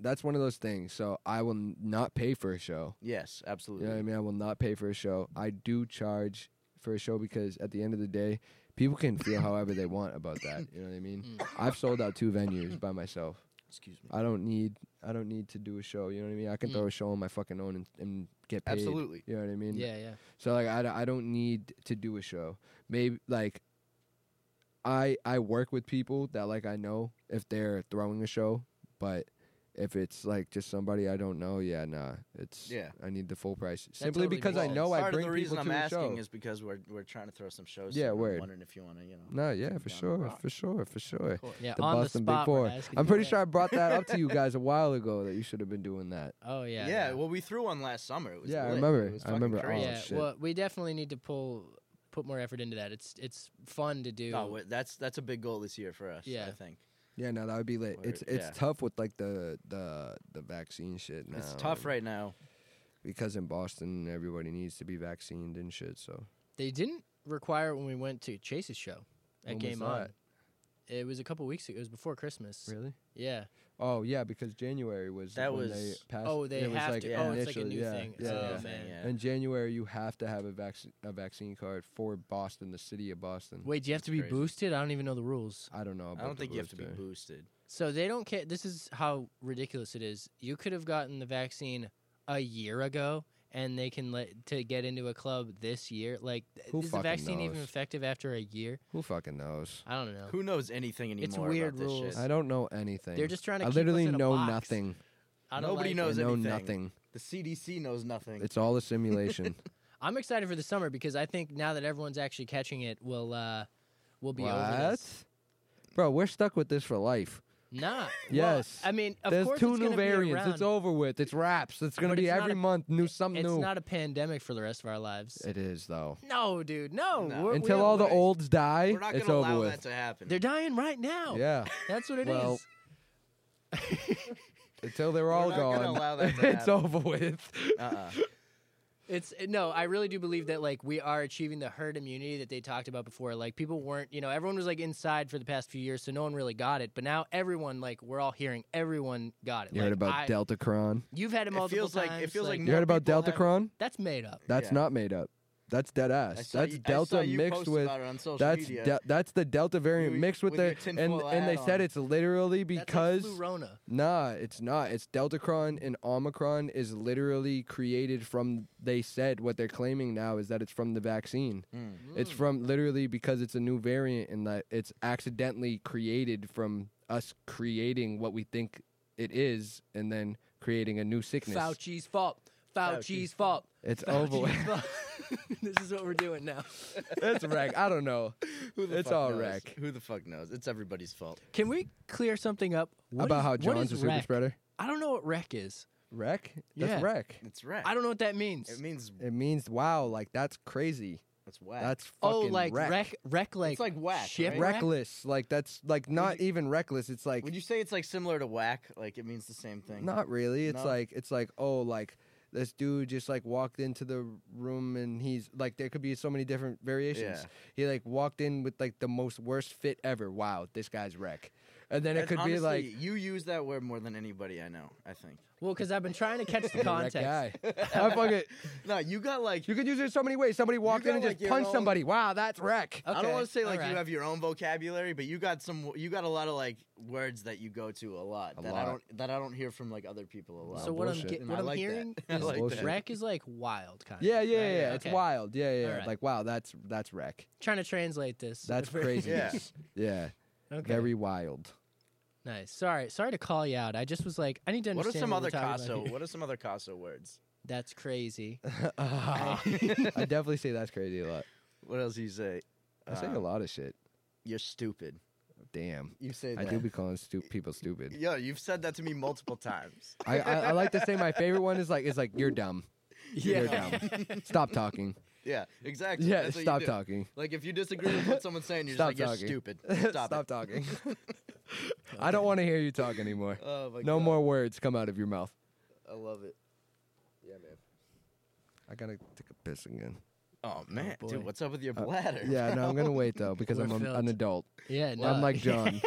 that's one of those things. So I will n- not pay for a show. Yes, You absolutely. know what I mean? I will not pay for a show. I do charge for a show because at the end of the day, people can feel however they want about that. You know what I mean? Mm. I've sold out two venues by myself. Excuse me. I don't need I don't need to do a show. You know what I mean? I can Mm. throw a show on my fucking own and, and get paid. Absolutely. You know what I mean? Yeah, yeah. So like I, d- I don't need to do a show. Maybe like I I work with people that like I know if they're throwing a show, but if it's like just somebody I don't know, yeah, nah. It's Yeah. I need the full price simply totally because makes I sense. know I Part bring of the people reason I'm to a asking show. is because we're we're trying to throw some shows. Yeah, soon. I'm word. wondering if you want to, you know. no, yeah, Take for down the sure, rock. for sure, for sure. Yeah, The on the Boston spot. Big we're Four. asking I'm you pretty that. sure I brought that up to you guys a while ago that you should have been doing that. Oh yeah. yeah, well, we threw one last summer. It was Yeah, I lit. remember. It was I fucking remember. Oh, Crazy. yeah. shit. Well, we definitely need to pull put more effort into that. It's it's fun to do. No, Oh, Oh, wait, that's that's a big goal this year for us. Yeah, I Yeah. think Yeah, no, that would be lit. Or- It's it's yeah. tough with like the the the vaccine shit now. it's tough and- right now. because in Boston everybody needs to be vaccinated and shit. So They didn't require it when we went to Chase's show at When was Game On. that? It was a couple weeks ago. It was before Christmas. really? Yeah. Oh yeah, because January was That when was- they passed. Oh, they it was have like to. Oh, it's like a initially- new yeah, thing. Yeah, oh yeah. yeah. man. Yeah. In January, you have to have a vaccine a vaccine card for Boston, the city of Boston. Wait, do you have That's to be crazy. boosted? I don't even know the rules. I don't know. About I don't the think you have to be booster. boosted. So they don't care. This is how ridiculous it is. You could have gotten the vaccine a year ago, and they can let to get into a club this year. Like, th- Who is the fucking vaccine even knows? effective after a year? Who fucking knows? I don't know. Who knows anything anymore? It's weird about this rules. shit? I don't know anything. They're just trying to. I keep literally us in a know box. nothing. I don't Nobody like knows it. I know anything. nothing. The CDC knows nothing. It's all a simulation. I'm excited for the summer because I think now that everyone's actually catching it, we'll uh, we'll be over what? this. Bro, we're stuck with this for life. Nah. Yes. Well, I mean, of There's course two it's new gonna be variants. It's around. over with. It's wraps. It's gonna But be it's not every a- month new something It's new. not a pandemic for the rest of our lives. it is though. no, dude. No. No. We're- we Until don't- all the we're- olds die, We're not going it's to over allow with. that to happen. They're dying right now. Yeah, That's what it is. Well, until they're We're all not gonna gone, allow that to it's happen. over with. uh-uh. It's no, I really do believe that like we are achieving the herd immunity that they talked about before. Like people weren't, you know, everyone was like inside for the past few years, so no one really got it. But now everyone, like we're all hearing, everyone got it. You heard Like, about I- Delta Cron? You've had it It multiple feels like times. it feels like You heard more about people Delta have- Cron? that's made up. That's Yeah. not made up. That's dead I ass. saw That's you- I saw Delta you mixed post with. about it on social That's media. de- that's the Delta variant With mixed with your the and tinfoil and they hat said on. it's literally because that's like flu Rona. Nah, it's not. It's Deltacron and Omicron is literally created from they said what they're claiming now is that it's from the vaccine. Mm. It's from literally because it's a new variant and that it's accidentally created from us creating what we think it is and then creating a new sickness. Fauci's fault. Fauci's Fauci's, Oh, fault. It's Fauci's over with. fault. this is what we're doing now. it's wreck. I don't know. Who the It's fuck all knows? wreck. Who the fuck knows? It's everybody's fault. Can we clear something up What About is- how what John's is a super rec? spreader. I don't know what wreck is. Wreck? That's Yeah. wreck. It's wreck. I don't know what that means. It means It means wow, like that's crazy. it's whack. That's oh, fucking like wreck. wreck, wreck, like like whack, ship right? wreck? reckless. Like that's like not even reckless. It's like Would you say it's like similar to whack? Like it means the same thing. not really. It's No? like it's like oh like this dude just like walked into the room and he's like there could be so many different variations. Yeah. He like walked in with like the most worst fit ever. Wow, this guy's wreck. and then it That's could honestly, be like you use that word more than anybody I know. I think. Well, because I've been trying to catch the "Yo, that context. guy." I fucking- No, you got like. You could use it so many ways. Somebody walked in got, and like, just your punched own- somebody. Wow, that's wreck. I don't Okay, want to say like you alright. have your own vocabulary, but you got some. You got a lot of like words that you go to a lot A that lot. I don't that I don't hear from like other people a lot. So what I'm bullshit. get, And what I I'm like that. hearing I is like Bullshit. wreck is like wild kind. Yeah, of, yeah, right? yeah. It's okay. wild. Yeah, yeah. yeah. Alright. Like wow, that's that's wreck. Trying to translate this. That's If we're- crazy. Yeah. Yeah, Okay. very wild. nice. Sorry, sorry to call you out. I just was like, I need to What are understand. some what other we're talking about Casso? here. What are some other Casso words? That's crazy. I definitely say that's crazy a lot. What else do you say? I say Um, a lot of shit. You're stupid. Damn. You say I that. do be calling stu- people stupid. Yo, you've said that to me multiple times. I, I, I like to say my favorite one is like it's like you're dumb. You're dumb. Stop talking. Yeah, exactly. Yeah, That's what you stop do. talking. Like if you disagree with what someone's saying, you're Stop just like talking. you're stupid. Stop, Stop, it. talking. I don't want to hear you talk anymore. Oh my no God. more words come out of your mouth. I love it. Yeah, man. I gotta take a piss again. Oh man, boy. dude, what's up with your Uh, bladder? Yeah, no, I'm gonna wait though because We're I'm a, filled. an adult. Yeah, no. I'm like John.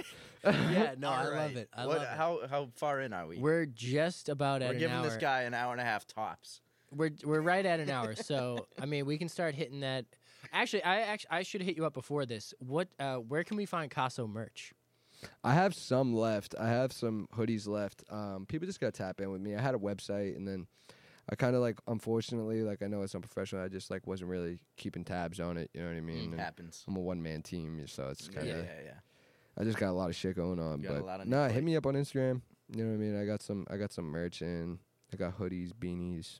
yeah, no, I All love right. it. I what, love it. How how far in are we? We're just about at We're an giving this hour. guy an hour and a half tops. We're we're right at an hour, so I mean we can start hitting that. Actually, I actually I should hit you up before this. What? Uh, where can we find Casso merch? I have some left. I have some hoodies left. Um, people just gotta tap in with me. I had a website and then I kind of like, unfortunately, like I know it's unprofessional. I just like wasn't really keeping tabs on it. You know what I mean? And happens. I'm a one man team, so it's Mm, Yeah, kind yeah, Mm-hmm. of. yeah. I just got a lot of shit going on. You got a lot But on nah, your hit plate. me up on Instagram. You know what I mean? I got some. I got some merch in. I got hoodies, beanies,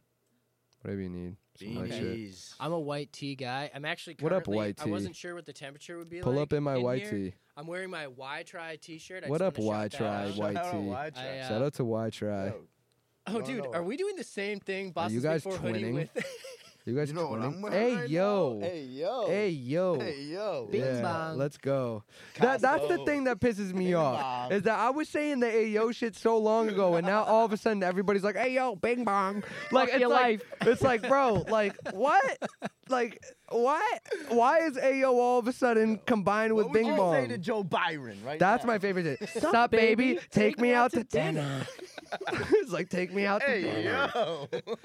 whatever you need. Some like shit. Beanies. I'm a white tee guy. I'm actually What up, currently- white I tee? wasn't sure what the temperature would be. Pull like up in my white here. tee. I'm wearing my Y Try T-shirt. I What just up, Y wanna shout that Try? out. White Shout out tee. White I, Try. uh, Shout out to Y Try. Yo, Oh, No, dude, no. are we doing the same thing? Are Boston's you guys before hoodie twinning? with You guys you know what twinning? I'm wearing Hey right now? yo. Hey yo. Hey yo. Hey yo. Bing yeah, bong. let's go. That, that's the Costco. thing that pisses me Bing off bong. is that I was saying the ayo shit so long ago, and now all of a sudden everybody's like, "Hey yo, bing bong!" Like Fuck it's your like it's like, bro, like what? Like what? Why is ayo all of a sudden combined with What would bing you say to bong? Joe Byron right That's now? my favorite. Shit. Sup, baby? Take me out to dinner. it's like take me out to Hey Uh, dinner. yo.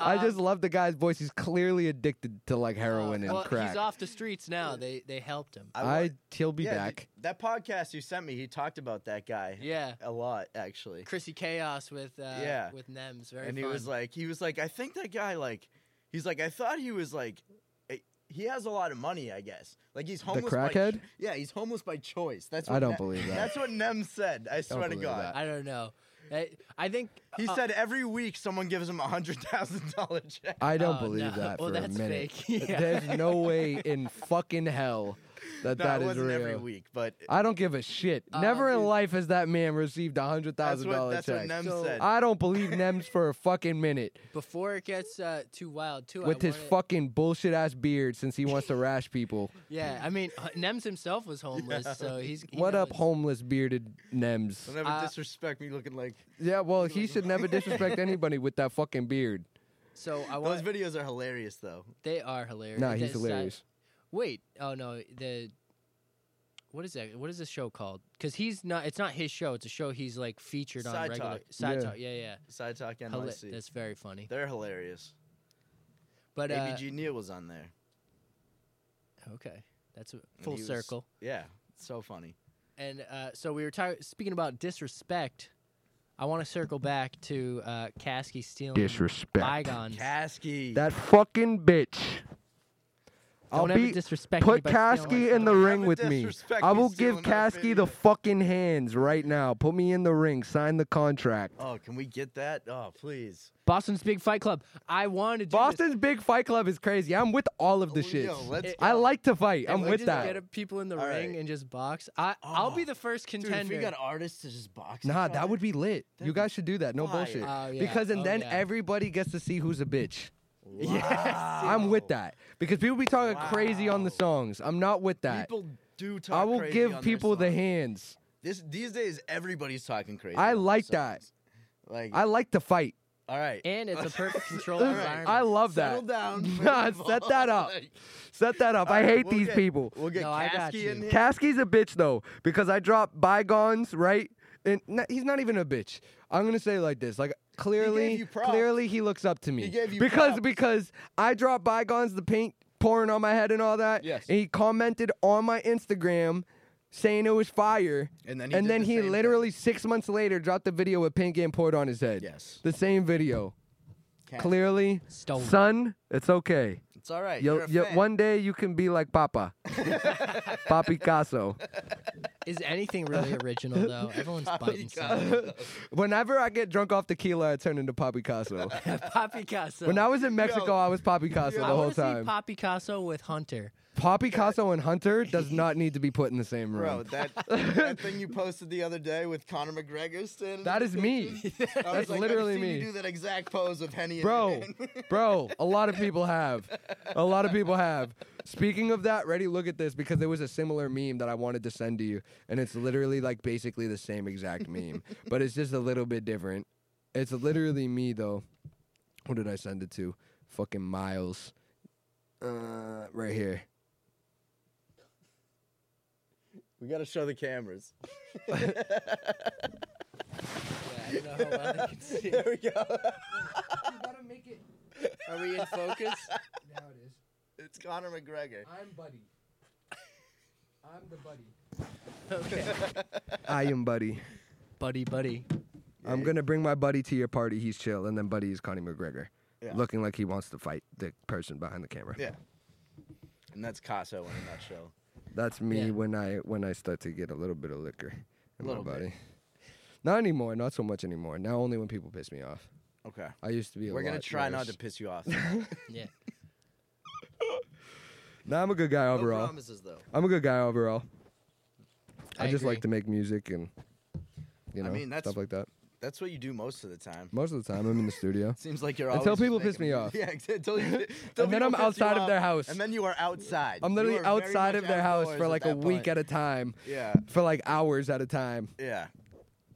I just love the guy's voice. He's clearly addicted to uh, like heroin Uh, well, and crack. he's off the streets now. They they helped him. I he'll be Yeah, back. th- that podcast you sent me, he talked about that guy Yeah, a lot actually. Chrissy Chaos with uh, Yeah. with Nems. Very and he fun. was like he was like i think that guy like he's like i thought he was like eh, he has a lot of money i guess like he's homeless by, crackhead? ch- yeah he's homeless by choice that's I what don't Ne- believe that. that's what nem said i swear to believe god that. I don't know. I, I think he uh, said every week someone gives him a hundred thousand dollar check I don't Oh, believe no. that Well, for that's a minute. fake. Yeah. There's no way in fucking hell that no, that it is wasn't real. every week but I don't give a shit. Uh, Never in dude. life has that man received a hundred that's thousand what dollar that's what check. nem So- said I don't believe Nems for a fucking minute before it gets uh, too wild, too. I with his wanna- fucking bullshit ass beard since he wants to rash people. Yeah, I mean uh, Nems himself was homeless, so he's he what up, knows. homeless bearded Nems? don't ever uh, disrespect me looking like Yeah, well, he should never disrespect anybody with that fucking beard. So I those want. videos are hilarious though They are hilarious. Nah, he's This, uh, hilarious. Wait, oh no, the what is that? What is this show called? Because he's not. It's not his show. It's a show he's like featured on Side regular Talk. side Yeah. talk. Yeah, yeah. side talk nyc Hila- that's very funny. they're hilarious But uh, abg neil was on there okay, that's a and full he was- circle. yeah so funny And uh, so we were talking. Speaking about disrespect, I want to circle back to uh, Kasky stealing Disrespect. bygones. Kasky. That fucking bitch. I'll Don't ever be disrespect me put by stealing Kasky my in the phone. ring Never with me. disrespect I me will give stealing my Kasky the video. fucking hands right now. Put me in the ring. Sign the contract. Oh, can we get that? Oh, please. Boston's Big Fight Club. I want to do Boston's big fight club is crazy. I'm with all of the Oh, shit. yo, let's I go. like to fight. This. I'm If we with just that. Get uh, people in the All ring right. and just box. I I'll be Oh, the first Dude, contender. if we got artists to just box. Nah, each that other- would be lit. you That'd guys should do that. No fire. bullshit. Oh, yeah. Because and Oh, then yeah. everybody gets to see who's a bitch. Wow. I'm with that. Because people be talking crazy on the Wow. songs. I'm not with that. People do talk. I will crazy give on their people the songs. hands. This these days, everybody's talking crazy. I on their like songs. that. Like, I like to fight. All right. And it's a perfect control All right. environment. I love that. Settle down. Nah, first of set all. that up. Like, Set that up. I all right, hate we'll these get- people. We'll get No, I got Kasky you. in here. Kasky's a bitch though, because I dropped bygones, right? And n he's not even a bitch. I'm gonna say it like this: like clearly, you props. clearly he looks up to me. gave you because props. because I dropped bygones, the paint pouring on my head and all that. Yes. And he commented on my Instagram. Saying it was fire, And then he did the same thing. literally six months later dropped the video with paint getting poured on his head. Yes. the same video. Cat. Clearly, Stolen. son, it's okay. It's all right. You'll, You're a you'll- fan. one day you can be like Papa, Papa Picasso. Is anything really original though? Everyone's biting something. Whenever I get drunk off tequila, I turn into Pop Picasso. Poppy Picasso. when I was in Mexico, Yo. I was Pop Picasso Yo. the I whole want to time. see Poppy Picasso with Hunter. Pop Picasso and Hunter does not need to be put in the same room. Bro, that, that thing you posted the other day with Conor McGregor standing. that in is the me. pictures, I was That's like, I've literally seen me. You do that exact pose of Henny. in Bro, hand. bro, a lot of people have. A lot of people have. Speaking of that, ready, look at this because there was a similar meme that I wanted to send to you. And it's literally like basically the same exact meme, but it's just a little bit different. It's literally me, though. Who did I send it to? Fucking Miles. Uh, right here. we gotta show the cameras. I don't know how well they can see. There we go. gotta make it. Are we in focus? Now it is. It's Conor McGregor. I'm Buddy. I'm the Buddy. Okay. I am Buddy. buddy, buddy. I'm gonna bring my buddy to your party. He's chill, and then buddy is Connie McGregor, Yeah. looking like he wants to fight the person behind the camera. Yeah. And that's Casso in a nutshell. That's me Yeah. when I when I start to get a little bit of liquor in Little my bit. body. Not anymore. Not so much anymore. Now only when people piss me off. Okay. I used to be. A We're gonna lot try not worse. to piss you off. Yeah. Now I'm a good guy No overall. promises though. I'm a good guy overall. I, I just agree. like to make music and you I know mean, that's- stuff like that. That's what you do most of the time. Most of the time, I'm in the studio. Seems like you're always Until just people piss making- me off. Yeah, exa- until, you, until And then people I'm piss you outside of off, their house. And then you are outside. I'm You literally are very outside much of their house outdoors for at like a that week point. at a time, Yeah, for like hours at a time. yeah,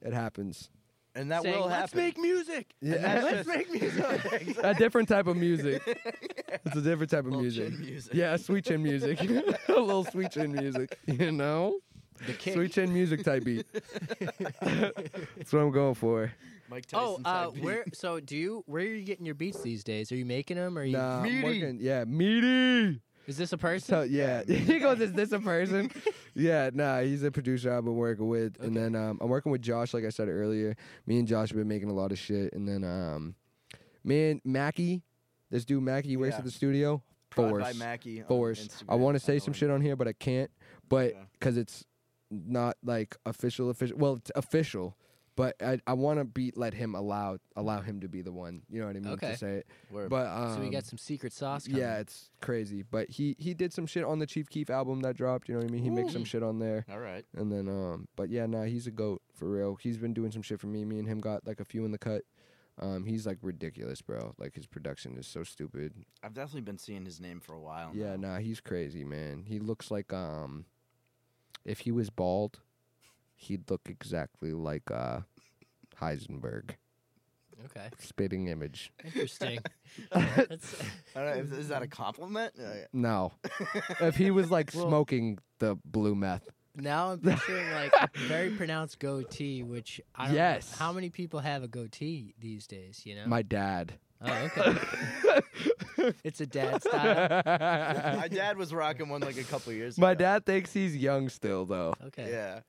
It happens. and that Saying, will happen. Let's make music. Yeah. Let's make music. a different type of music. It's a different type of Little music. chin music. Yeah, sweet chin music. a little sweet chin music. You know? The kick. Sweet chin music type beat. That's what I'm going for. Mike Oh, Tyson. uh, type beat. where? So, do you? Where are you getting your beats these days? Are you making them? Are you? Nah, I'm Meaty. working- Yeah, meaty. Is this So a person? yeah, he goes, "Is this a person?" yeah, nah, he's a producer I've been working with, and then um, I'm working with Josh, like I said earlier. Me and Josh have been making a lot of shit, and then um, man, Mackie, this dude Mackie, he works Yeah. at the studio. Prod Force, by Mackie on force. I Instagram. want to know say some him. shit on here, but I can't, but Yeah. because it's not like official, official. Well, it's official. But I, I want to be let him allow allow him to be the one you know what I mean Okay. to say it. Word. But um, so we got some secret sauce. Coming. yeah, it's crazy. But he he did some shit on the Chief Keef album that dropped. You know what I mean? He mixed some shit on there, All right. and then um. But yeah, nah, he's a goat for real. He's been doing some shit for me. Me and him got like a few in the cut. Um, he's like ridiculous, bro. Like his production is so stupid. I've definitely been seeing his name for a while. Yeah, nah, he's crazy, man. He looks like um, if he was bald, he'd look exactly like uh, Heisenberg. Okay. Spitting image. Interesting. That's, All right. Is, is that a compliment? Uh, No, if he was like Well- smoking the blue meth. now I'm picturing like a very pronounced goatee, which I don't Yes. know how many people have a goatee these days. You know. My dad. oh, okay. it's a dad style. My dad was rocking one like a couple years My ago. dad thinks he's young still, though. Okay. Yeah.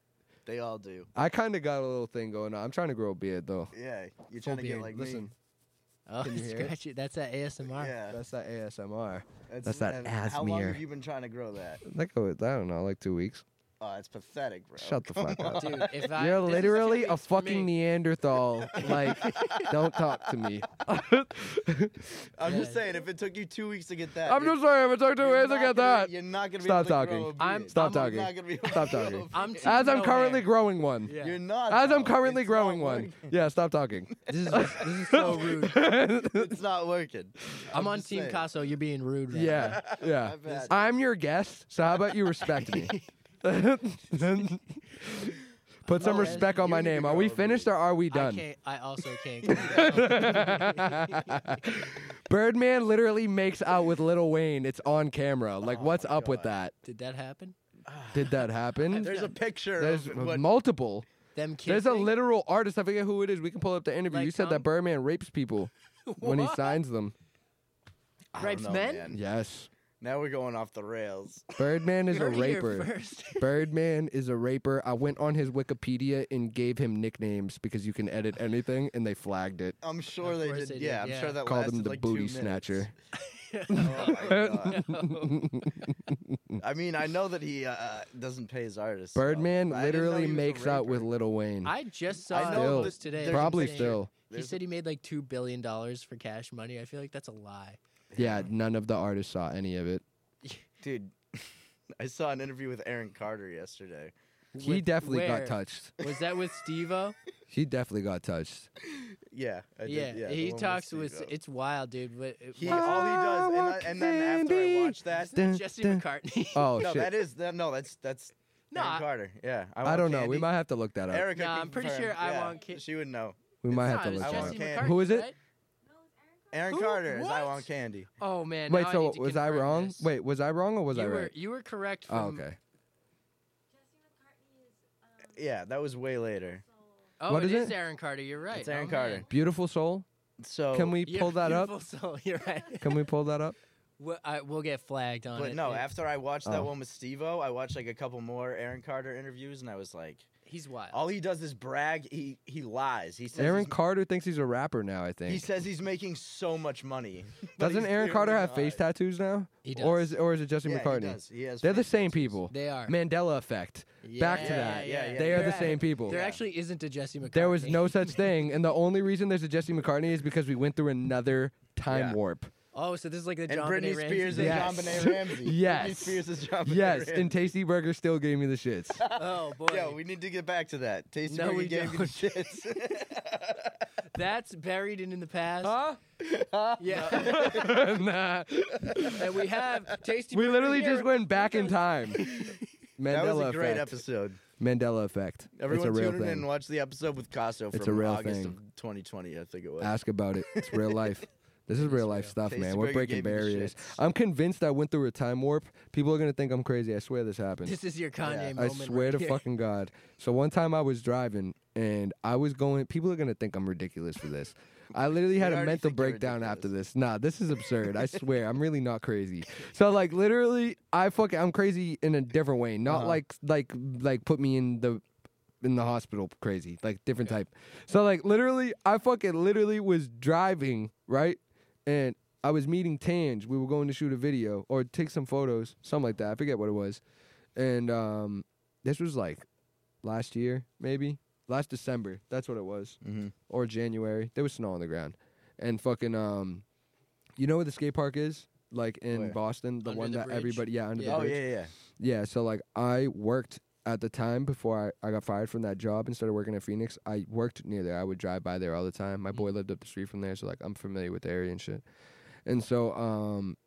They all do. I kind of got a little thing going on. I'm trying to grow a beard, though. Yeah. You're Full trying to get beard. like me. Listen, Oh, Can you hear it? scratch it. That's that ASMR. Yeah. that's that ASMR. that's that uh, How long Asmere. have you been trying to grow that? That goes, I don't know, like two weeks. Oh, it's pathetic, bro. Shut the fuck up. Dude, if I You're this is two literally a weeks for fucking me. Neanderthal. like, don't talk to me. I'm just Yeah. saying, if it took you two weeks to get that, I'm you're- just saying, it took two you're weeks to not get gonna- that. You're not gonna be Stop able to grow talking. a beard. I'm- Stop I'm talking. Not gonna be able Stop to grow a talking. I'm beard. too- As I'm No currently hair. growing one. Yeah. You're not. As I'm though. currently It's growing not one. working. Yeah, stop talking. This is this is so rude. It's not working. I'm on just Team saying. Casso. You're being rude. Right now. Yeah, yeah. I've had- I'm your guest, so how about you respect me? but Put some No, respect on you my need to name. Are grow we a finished or are we I done? can't. I also can't. go. Birdman literally makes out with Lil Wayne. It's on camera. Like, Oh what's my up with God. that? Did that happen? Did that happen? There's a picture There's of what multiple. Them kids. There's a literal artist. I forget who it is. We can pull up the interview. Like you said Tom? that Birdman rapes people when he What? signs them. I don't rapes know, men? man. Yes. Now we're going off the rails. Birdman is a Heard it here raper. first. Birdman is a raper. I went on his Wikipedia and gave him nicknames because you can edit anything, and they flagged it. I'm sure Of they course did. they did, yeah, I'm sure yeah. that Called lasted him the like two booty minutes. snatcher. Oh my God. Birdman I mean, I know that he uh, doesn't pay his artists. so I didn't know literally he was a makes out with raper. Lil Wayne. I just I saw know this that today. there's Probably picture. still. He There's said he made like two billion dollars for cash money. I feel like that's a lie. Yeah, none of the artists saw any of it. dude. I saw an interview with Aaron Carter yesterday. He With- definitely where? got touched. Was that with Steve-O? He definitely got touched. Yeah, I did, yeah, yeah. the he one with talks with. Steve-O. It's wild, dude. But it- he, wow. all he does, and, I, want and then after I candy. watched that, Dun, Jesse dun. McCartney. Oh no, shit! that is that, no, that's that's No, Aaron I- Carter. Yeah, I, I want don't know. We candy. might have to look that up. Erica Nah, can I'm pretty confirm. sure I Yeah, want ca- She would know. we It's might have not, to it's look I that want up. Jesse candy. McCartney, Who is it? right? Aaron Who? Carter is I What? want candy. Oh man. Wait, now I so need to was I confirm wrong? this. Wait, was I wrong or was you I were right? you were correct. From, Oh, okay. Yeah, that was way later. Oh, What it is is it? Aaron Carter. You're right. It's Aaron oh, Carter. man. Beautiful soul. So Can we You're pull that up? beautiful soul, You're right. Can we pull that up? we'll, I, we'll get flagged on But it. no, It- after I watched that Oh. one with Steve-O, I watched like a couple more Aaron Carter interviews, and I was like, he's wild. all he does is brag. He he lies. He says Aaron he's- Carter thinks he's a rapper now. I He think. says he's making so much money. but Doesn't he's Aaron Carter clearly have face not. tattoos now? He Or does. is or is it Jesse Yeah, he McCartney? does. He has They're the face same tattoos. people. they are. Mandela effect. Back to Yeah, that. yeah, yeah, They are yeah. the same people. There Yeah. actually isn't a Jesse McCartney. There was no such thing, and the only reason there's a Jesse McCartney is because we went through another time Yeah. warp. Oh, so this is like the And John Britney Benet Ramsey Spears thing. is Yes. John Benet Ramsey. Britney Yes. Spears is John Benet Yes, Ramsey. and Tasty Burger still gave me the shits. Oh boy, Yeah, we need to get back to that. Tasty No, Burger we gave you the don't. shits. that's buried and in the past. Yeah, nah. and we have tasty. We Burger literally just here. went back in time. Mandela that was a great effect. episode. Mandela effect. Everyone it's a real tune in and thing. watch the episode with Casso from It's a real August thing. Ah, of 2020, I think it was. Ask about it. It's real life. This is real life stuff, Tasty man. We're Burger breaking gave me the barriers. shits. I'm convinced I went through a time warp. People are gonna think I'm crazy. I swear this happened. This is your Kanye Yeah. I I moment. swear right to here. fucking God. So one time I was driving and I was going. People are gonna think I'm ridiculous for this. I literally had They a already mental think you're breakdown after ridiculous. this. Nah, this is absurd. I swear, I'm really not crazy. So like, literally, I fucking I'm crazy in a different way. Not Uh-huh. like like like put me in the in the hospital crazy, like different type. So like, literally, I fucking literally was driving right, and I was meeting Tange. We were going to shoot a video or take some photos, something like that. I forget what it was. And um, this was like last year, maybe last December. That's what it was, Mm-hmm. Mhm. or January. There was snow on the ground, and fucking um, you know where the skate park is, like in Where? Boston, the Under one the that bridge? everybody, yeah, under Yeah. the Oh, bridge. yeah, yeah. Yeah, so like I worked at the time before I, I got fired from that job and started working at Phoenix. I worked near there. I would drive by there all the time. My Mm. boy lived up the street from there, so like I'm familiar with the area and shit. And so um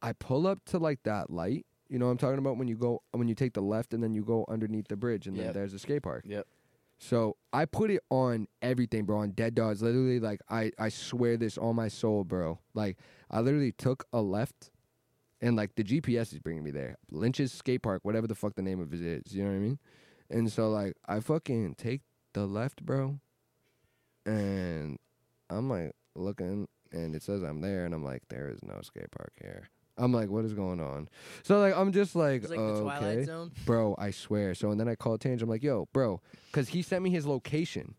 I pull up to like that light. You know what I'm talking about when you go when you take the left and then you go underneath the bridge and then Yep. there's a skate park. Yep. So I put it on everything, bro, on dead dogs. Literally, like I, I swear this on my soul, bro. Like I literally took a left, and like the GPS is bringing me there. Lynch's skate park, whatever the fuck the name of it is, you know what I mean? And so like I fucking take the left, bro, and I'm like looking, and it says I'm there, and I'm like, there is no skate park here. I'm like, what is going on? So like I'm just like, It's like the okay Twilight Zone. bro, I swear. So and then I called Tange. I'm like, yo, bro, because he sent me his location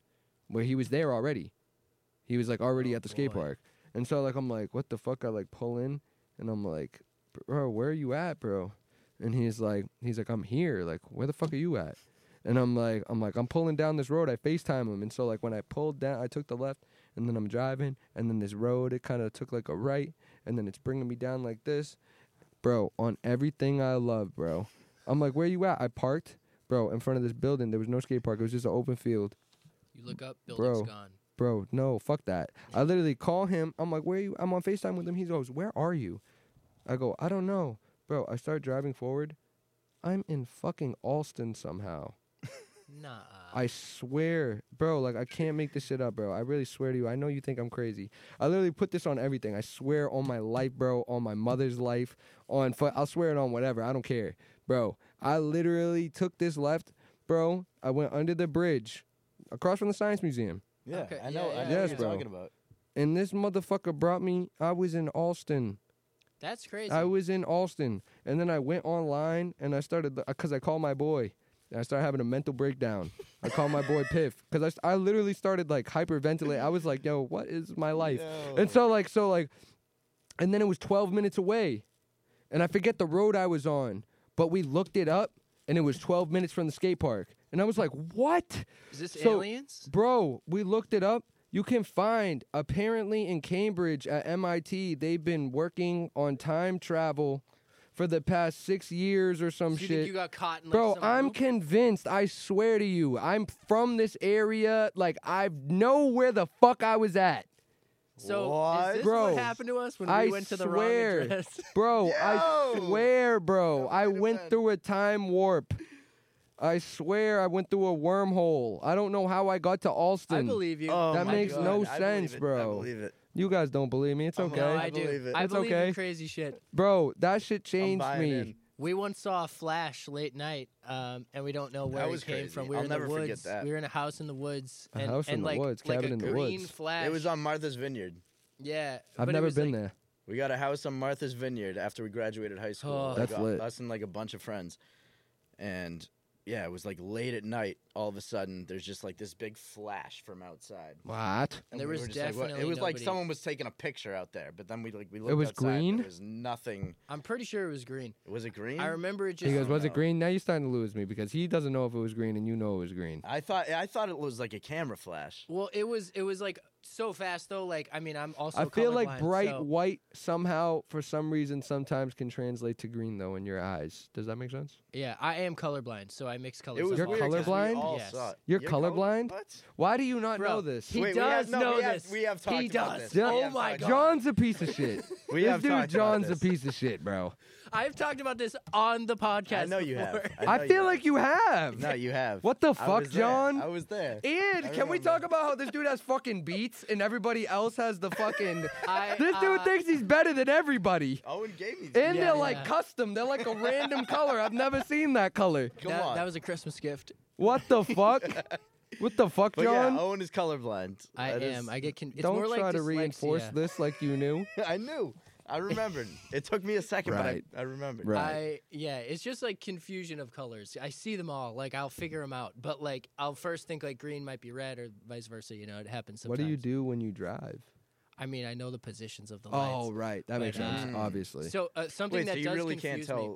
where he was there already. He was like already Oh, at the skate boy. park, and so like I'm like, what the fuck? I like pull in, and I'm like, bro, where are you at, bro? And he's like, he's like, I'm here. Like, where the fuck are you at? And I'm like, I'm like, I'm pulling down this road. I FaceTime him, and so like when I pulled down, I took the left, and then I'm driving, and then this road it kind of took like a right, and then it's bringing me down like this, bro. On everything I love, bro. I'm like, where you at? I parked, bro, in front of this building. There was no skate park. It was just an open field. You look up, building's Bro. gone. Bro, no, fuck that. I literally call him. I'm like, where you? I'm on FaceTime with him. He goes, where are you? I go, I don't know. Bro, I start driving forward. I'm in fucking Alston somehow. Nah. I swear, bro, like I can't make this shit up, bro. I really swear to you. I know you think I'm crazy. I literally put this on everything. I swear on my life, bro, on my mother's life, on fu- I'll swear it on whatever. I don't care. Bro, I literally took this left, bro. I went under the bridge across from the science museum. Yeah, Okay, I know. I know yeah, yeah. what Yes, you're bro. talking about. And this motherfucker brought me. I was in Alston. That's crazy. I was in Austin, and then I went online and I started because I called my boy. And I started having a mental breakdown. I called my boy Piff because I, s- I literally started like hyperventilating. I was like, "Yo, what is my life?" And so like so like, and then it was 12 minutes away, and I forget the road I was on, but we looked it up, and it was 12 minutes from the skate park, and I was like, "What?" Is this so- aliens? Bro, we looked it up. You can find apparently in Cambridge at MIT, they've been working on time travel for the past six years or some Do you shit. think you got caught in like, Bro, some I'm loop? convinced. I swear to you, I'm from this area. Like I know where the fuck I was at, So What? is this Bro, what happened to us when I we went to the swear. wrong address? bro. I Yo! swear, bro. I could've went been. through a time warp. I swear, I went through a wormhole. I don't know how I got to Alston. I believe you. that Oh my makes no I believe sense, it, bro. I believe it. You guys don't believe me. It's I'm okay. No, I I, do. believe it. I It's believe okay. in crazy shit. Bro, that shit changed buying me. in. We once saw a flash late night, um, and we don't know where was it came crazy. from. We were I'll in never the forget woods. that. We were in a house in the woods. A and, house in and the like, woods, like cabin a in the green woods. Flash. It was on Martha's Vineyard. Yeah, I've but it never was, been like, there. We got a house on Martha's Vineyard after we graduated high school. Oh. like, That's uh, lit. Us and like a bunch of friends, and yeah, it was like late at night. All of a sudden, there's just like this big flash from outside. What? And There we was were just like, what- definitely it was like nobody. someone was taking a picture out there, but then we like we looked. was outside, and green? There was nothing. I'm pretty sure it was green. Was it green? I remember it just. He goes, was know. it green? Now you're starting to lose me because he doesn't know if it was green and you know it was green. I thought I thought it was like a camera flash. Well, it was it was like so fast though. Like I mean, I'm also. I feel like colorblind, bright so- white somehow, for some reason, sometimes can translate to green though in your eyes. Does that make sense? Yeah, I am colorblind, so I mix colors. It was You're up all the weird 'cause we time. colorblind? all Yes. saw it. You're color- colorblind? What? Why do you not Bro, know this? He Wait, we have- does no, know we have- this. we have He talked about does. this. We Oh have my talked god. about John's a piece of shit. We this have talked dude, about John's a this. piece of shit, bro. I've talked about this on the podcast. I know you have. before. I, know feel have. like you have. No, you have. What the I fuck, was there. John? I was there. And can we remember. talk about how this dude has fucking beats and everybody else has the fucking. I- this dude uh, thinks he's better than everybody. Owen gave me. And Yeah, they're like yeah. custom. They're like a random color. I've never seen that color. Come that, on. that was a Christmas gift. What the fuck? What the fuck, but John? yeah, oh, Owen is colorblind. I That is- am. I get. Con- it's Don't more try like to reinforce dyslexia. this like you knew. I knew. I remembered. it took me a second, Right. but I, I remembered. Right. I yeah, it's just like confusion of colors. I see them all. Like I'll figure them out, but like I'll first think like green might be red or vice versa. You know, it happens What sometimes. do you do when you drive? I mean, I know the positions of the Oh, lights. right. That But, makes sense, uh, obviously. So uh, something Wait, that so you does really can't confuse me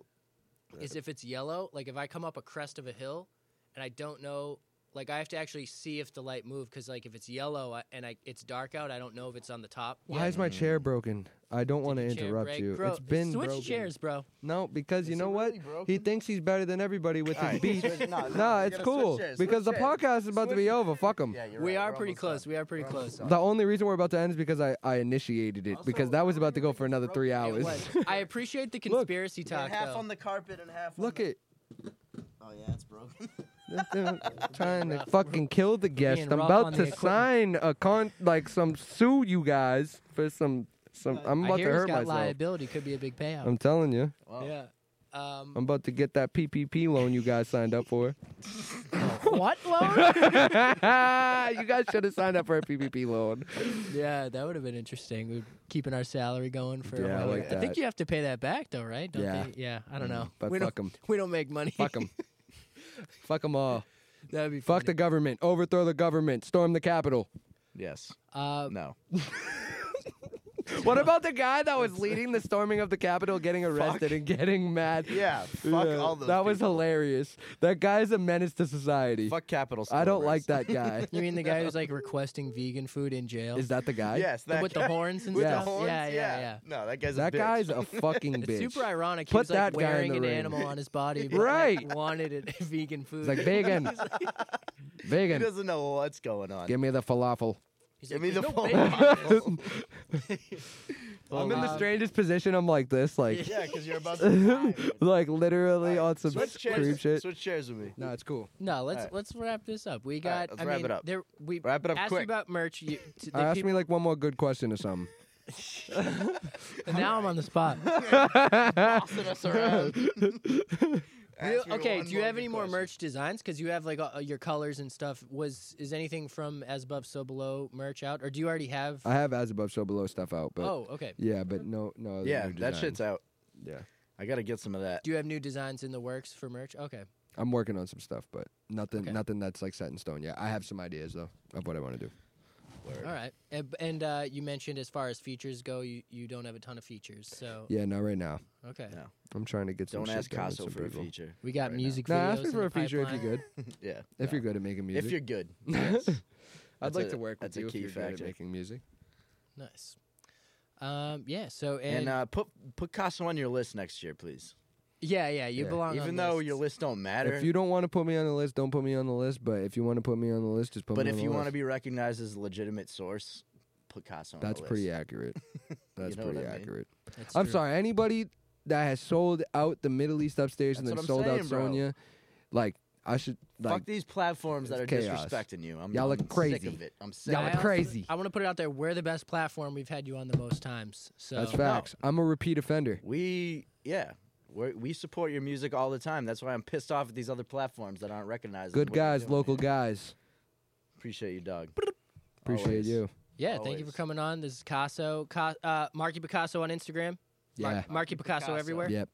tell. is if it's yellow. Like if I come up a crest of a hill, and I don't know, like I have to actually see if the light moved because like if it's yellow I, and I, it's dark out, I don't know if it's on the top. Why is my chair broken? I don't want to Chair interrupt break. you. Bro, it's been switch broken. chairs, bro. No, because you Is know it what? really He broken? thinks he's better than everybody with his Alright, beats. switch- no, no, nah, we it's gotta switch cool chairs, because the switch chairs. podcast is about to be over. Fuck him. Yeah, you're we right, are we're pretty almost close. done. We are pretty close. The only reason we're about to end is because I, I initiated it because Also, that was how about do you to go think for it's another broken? three It hours. It was. I appreciate the Look, conspiracy Yeah, talk. half though. on the carpet and half. Look on at The... Oh yeah, it's broken. this dude trying to fucking kill the guest. being I'm rough on about the to equipment. sign a con like some sue you guys for some some. I'm Uh, I about to hear he's hurt got myself. Um, liability. Could be a big payout. I'm telling you, Wow. yeah. Um, I'm about to get that PPP loan you guys signed up for. what loan? you guys should have signed up for a PPP loan. yeah, that would have been interesting. We're keeping our salary going for. a Yeah, I while. like I think that. you have to pay that back though, right? Don't Yeah. Mm-hmm. They? Yeah. I don't know. but we fuck don't, 'em. We don't make money. Fuck them. Fuck them all. That'd be Fuck the government. Overthrow the government. Storm the Capitol. Yes. the. Uh, No. What about the guy that was leading the storming of the Capitol getting arrested and getting mad? Yeah. Fuck Yeah, all those. That was people. hilarious. That guy's a menace to society. Fuck capital. I don't stores. like that guy. you mean the guy who's like requesting vegan food in jail? Is that the guy? Yes, that with guy- the horns and With the stuff? horns? Yeah, yeah, yeah. No, that guy's That a bitch. guy's a fucking It's bitch. super ironic. He Put was that like guy in wearing the an ring. animal on his body, but Right. Like, wanted it vegan He's food. like vegan, He vegan. doesn't know what's going on. Give me the falafel. He's Give like, me "There's the no phone. bacon in this." Well, I'm in the um, strangest position. I'm like this, like, Yeah, because you're about to like literally on some switch creep chairs. shit. Switch chairs with me. No, it's cool. No, let's Alright. let's wrap this up. We Alright, got. let's I wrap it mean, up. There, we Wrap it up asked quick. you about merch. You, to the Ask people, me like one more good question or something. and now I'm on the spot. Bossing us around. Real- Ask me okay, one do you have good any more question. merch designs? Because you have like uh, your colors and stuff. Was is anything from as above so below merch out, or do you already have? I have as above, so below stuff out, but oh, okay. yeah, but no, no. other Yeah, new that designs. shit's out. Yeah, I gotta get some of that. Do you have new designs in the works for merch? Okay. I'm working on some stuff, but nothing, Okay. nothing that's like set in stone yet. I have some ideas though of what I want to do. All right. And, and uh, you mentioned as far as features go, you, you don't have a ton of features. So Yeah, not right now. okay, Yeah. I'm trying to get some. Don't shit ask done with Casso some for a people. feature. we got Right now. music Nah, videos. ask me in for the a feature if pipeline. you're good. Yeah. If yeah. you're good at making music, If you're good. yes. I'd That's like a- to work with that's a you key if you're good at factor. making music. Nice. Um, yeah. So and, And uh, put put Casso on your list next year, please. yeah, yeah, you yeah, belong. Even on though lists. your lists don't matter. If you don't want to put me on the list, don't put me on the list. But if you want to put me on the list, just put but me if on the you want list. to be recognized as a legitimate source, put Casso on the That's list. pretty accurate. That's know what pretty I mean. accurate. That's I'm true. sorry. Anybody that has sold out the Middle East upstairs and That's then what I'm sold out saying, bro. Sonya, like I should like Fuck these platforms that it's are chaos. disrespecting you. I'm, Y'all look I'm crazy. sick of it. I'm sick Y'all I of look it. also- crazy. I want to put it out there. We're the best platform. We've had you on the most times. So that's facts. I'm a repeat offender. We, yeah. We're, we support your music all the time. That's why I'm pissed off at these other platforms that aren't recognizing. Good what you're guys, doing. local guys. Appreciate you, dog. Appreciate Always. you. Yeah, thank you for Always. coming on. This is Casso, Ca- uh, Marky Picasso on Instagram. Mar- Yeah. Marky Picasso, Picasso. everywhere. Yep.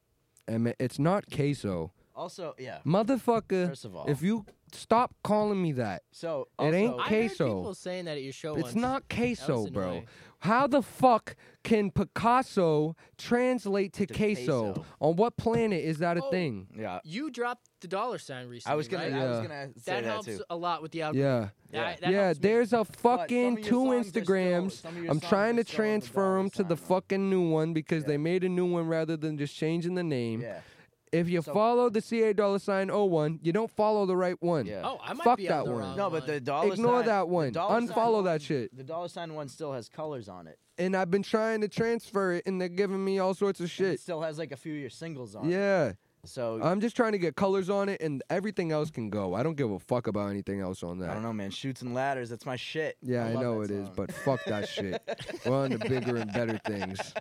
And ma- it's not queso, Also, yeah. motherfucker. First of all, if you stop calling me that, so It ain't also- I heard Queso. people saying that at your Oh, show. it's once. not That was queso, bro. annoying. How the fuck can Picasso translate to, To queso? queso. On what planet is that a Oh. thing? Yeah, You dropped the dollar sign recently. I was gonna. right? I was Yeah. gonna say that, that, helps too. a lot with the algorithm. Yeah. Yeah. That- that yeah, helps me. there's a But some fucking of your two songs are still- Instagrams. some of your I'm songs trying are to still on the transfer them dollar to the sign, though. fucking new one because Yeah. they made a new one rather than just changing the name. Yeah, If you So- follow the CA dollar sign 01, you don't follow the right one. yeah. Oh, I might Fuck be on that the one. wrong no, but the dollar Ignore sign- the that one. dollar sign Unfollow one- that shit. The dollar sign one still has colors on it. And I've been trying to transfer it and they're giving me all sorts of and It shit. still has like a few of your singles on. it. Yeah. Uh, So I'm just trying to get colors on it and everything else can go. I don't give a fuck about anything else on that. I don't know, man. Shoots and ladders. That's my shit. Yeah, I, love know it that is, song. but fuck that shit. We're on to bigger and better things.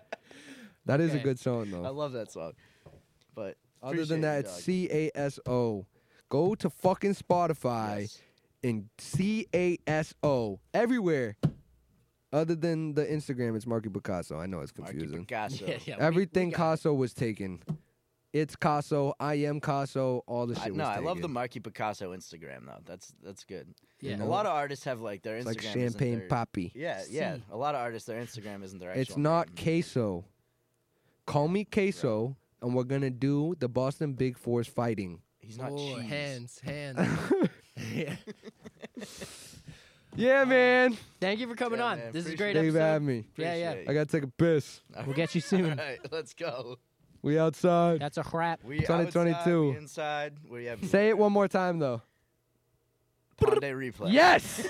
That is Okay. a good song though. I love that song. But Oh. Other appreciate than that, you, it's dog. C A S O. Go to fucking Spotify Yes. and C A S O everywhere. Other than the Instagram, it's Marky Picasso. I know it's Marky confusing. Picasso. Yeah, yeah. we- Everything we got- Casso was taken. It's Casso. I am Casso. All the shit I, was no, I love the taken. Marky Picasso Instagram though. That's that's good. Yeah. A lot of artists have like their Instagram It's like isn't champagne their- poppy. Yeah, yeah. See. A lot of artists, their Instagram isn't their actual. It's not name. queso. Call me queso, and we're gonna do the Boston Big Fours fighting. He's not Oh, cheese. hands, hands. yeah. Yeah, man. Thank you for coming Yeah, on. man, this is a appreciate great it. They've episode. had me. Yeah, yeah. Appreciate I gotta take a piss. We'll get you All soon. right, let's go. We outside. That's a wrap. We 2022. outside, we inside. What do you have? Say it one more time though. Monday replay. Yes.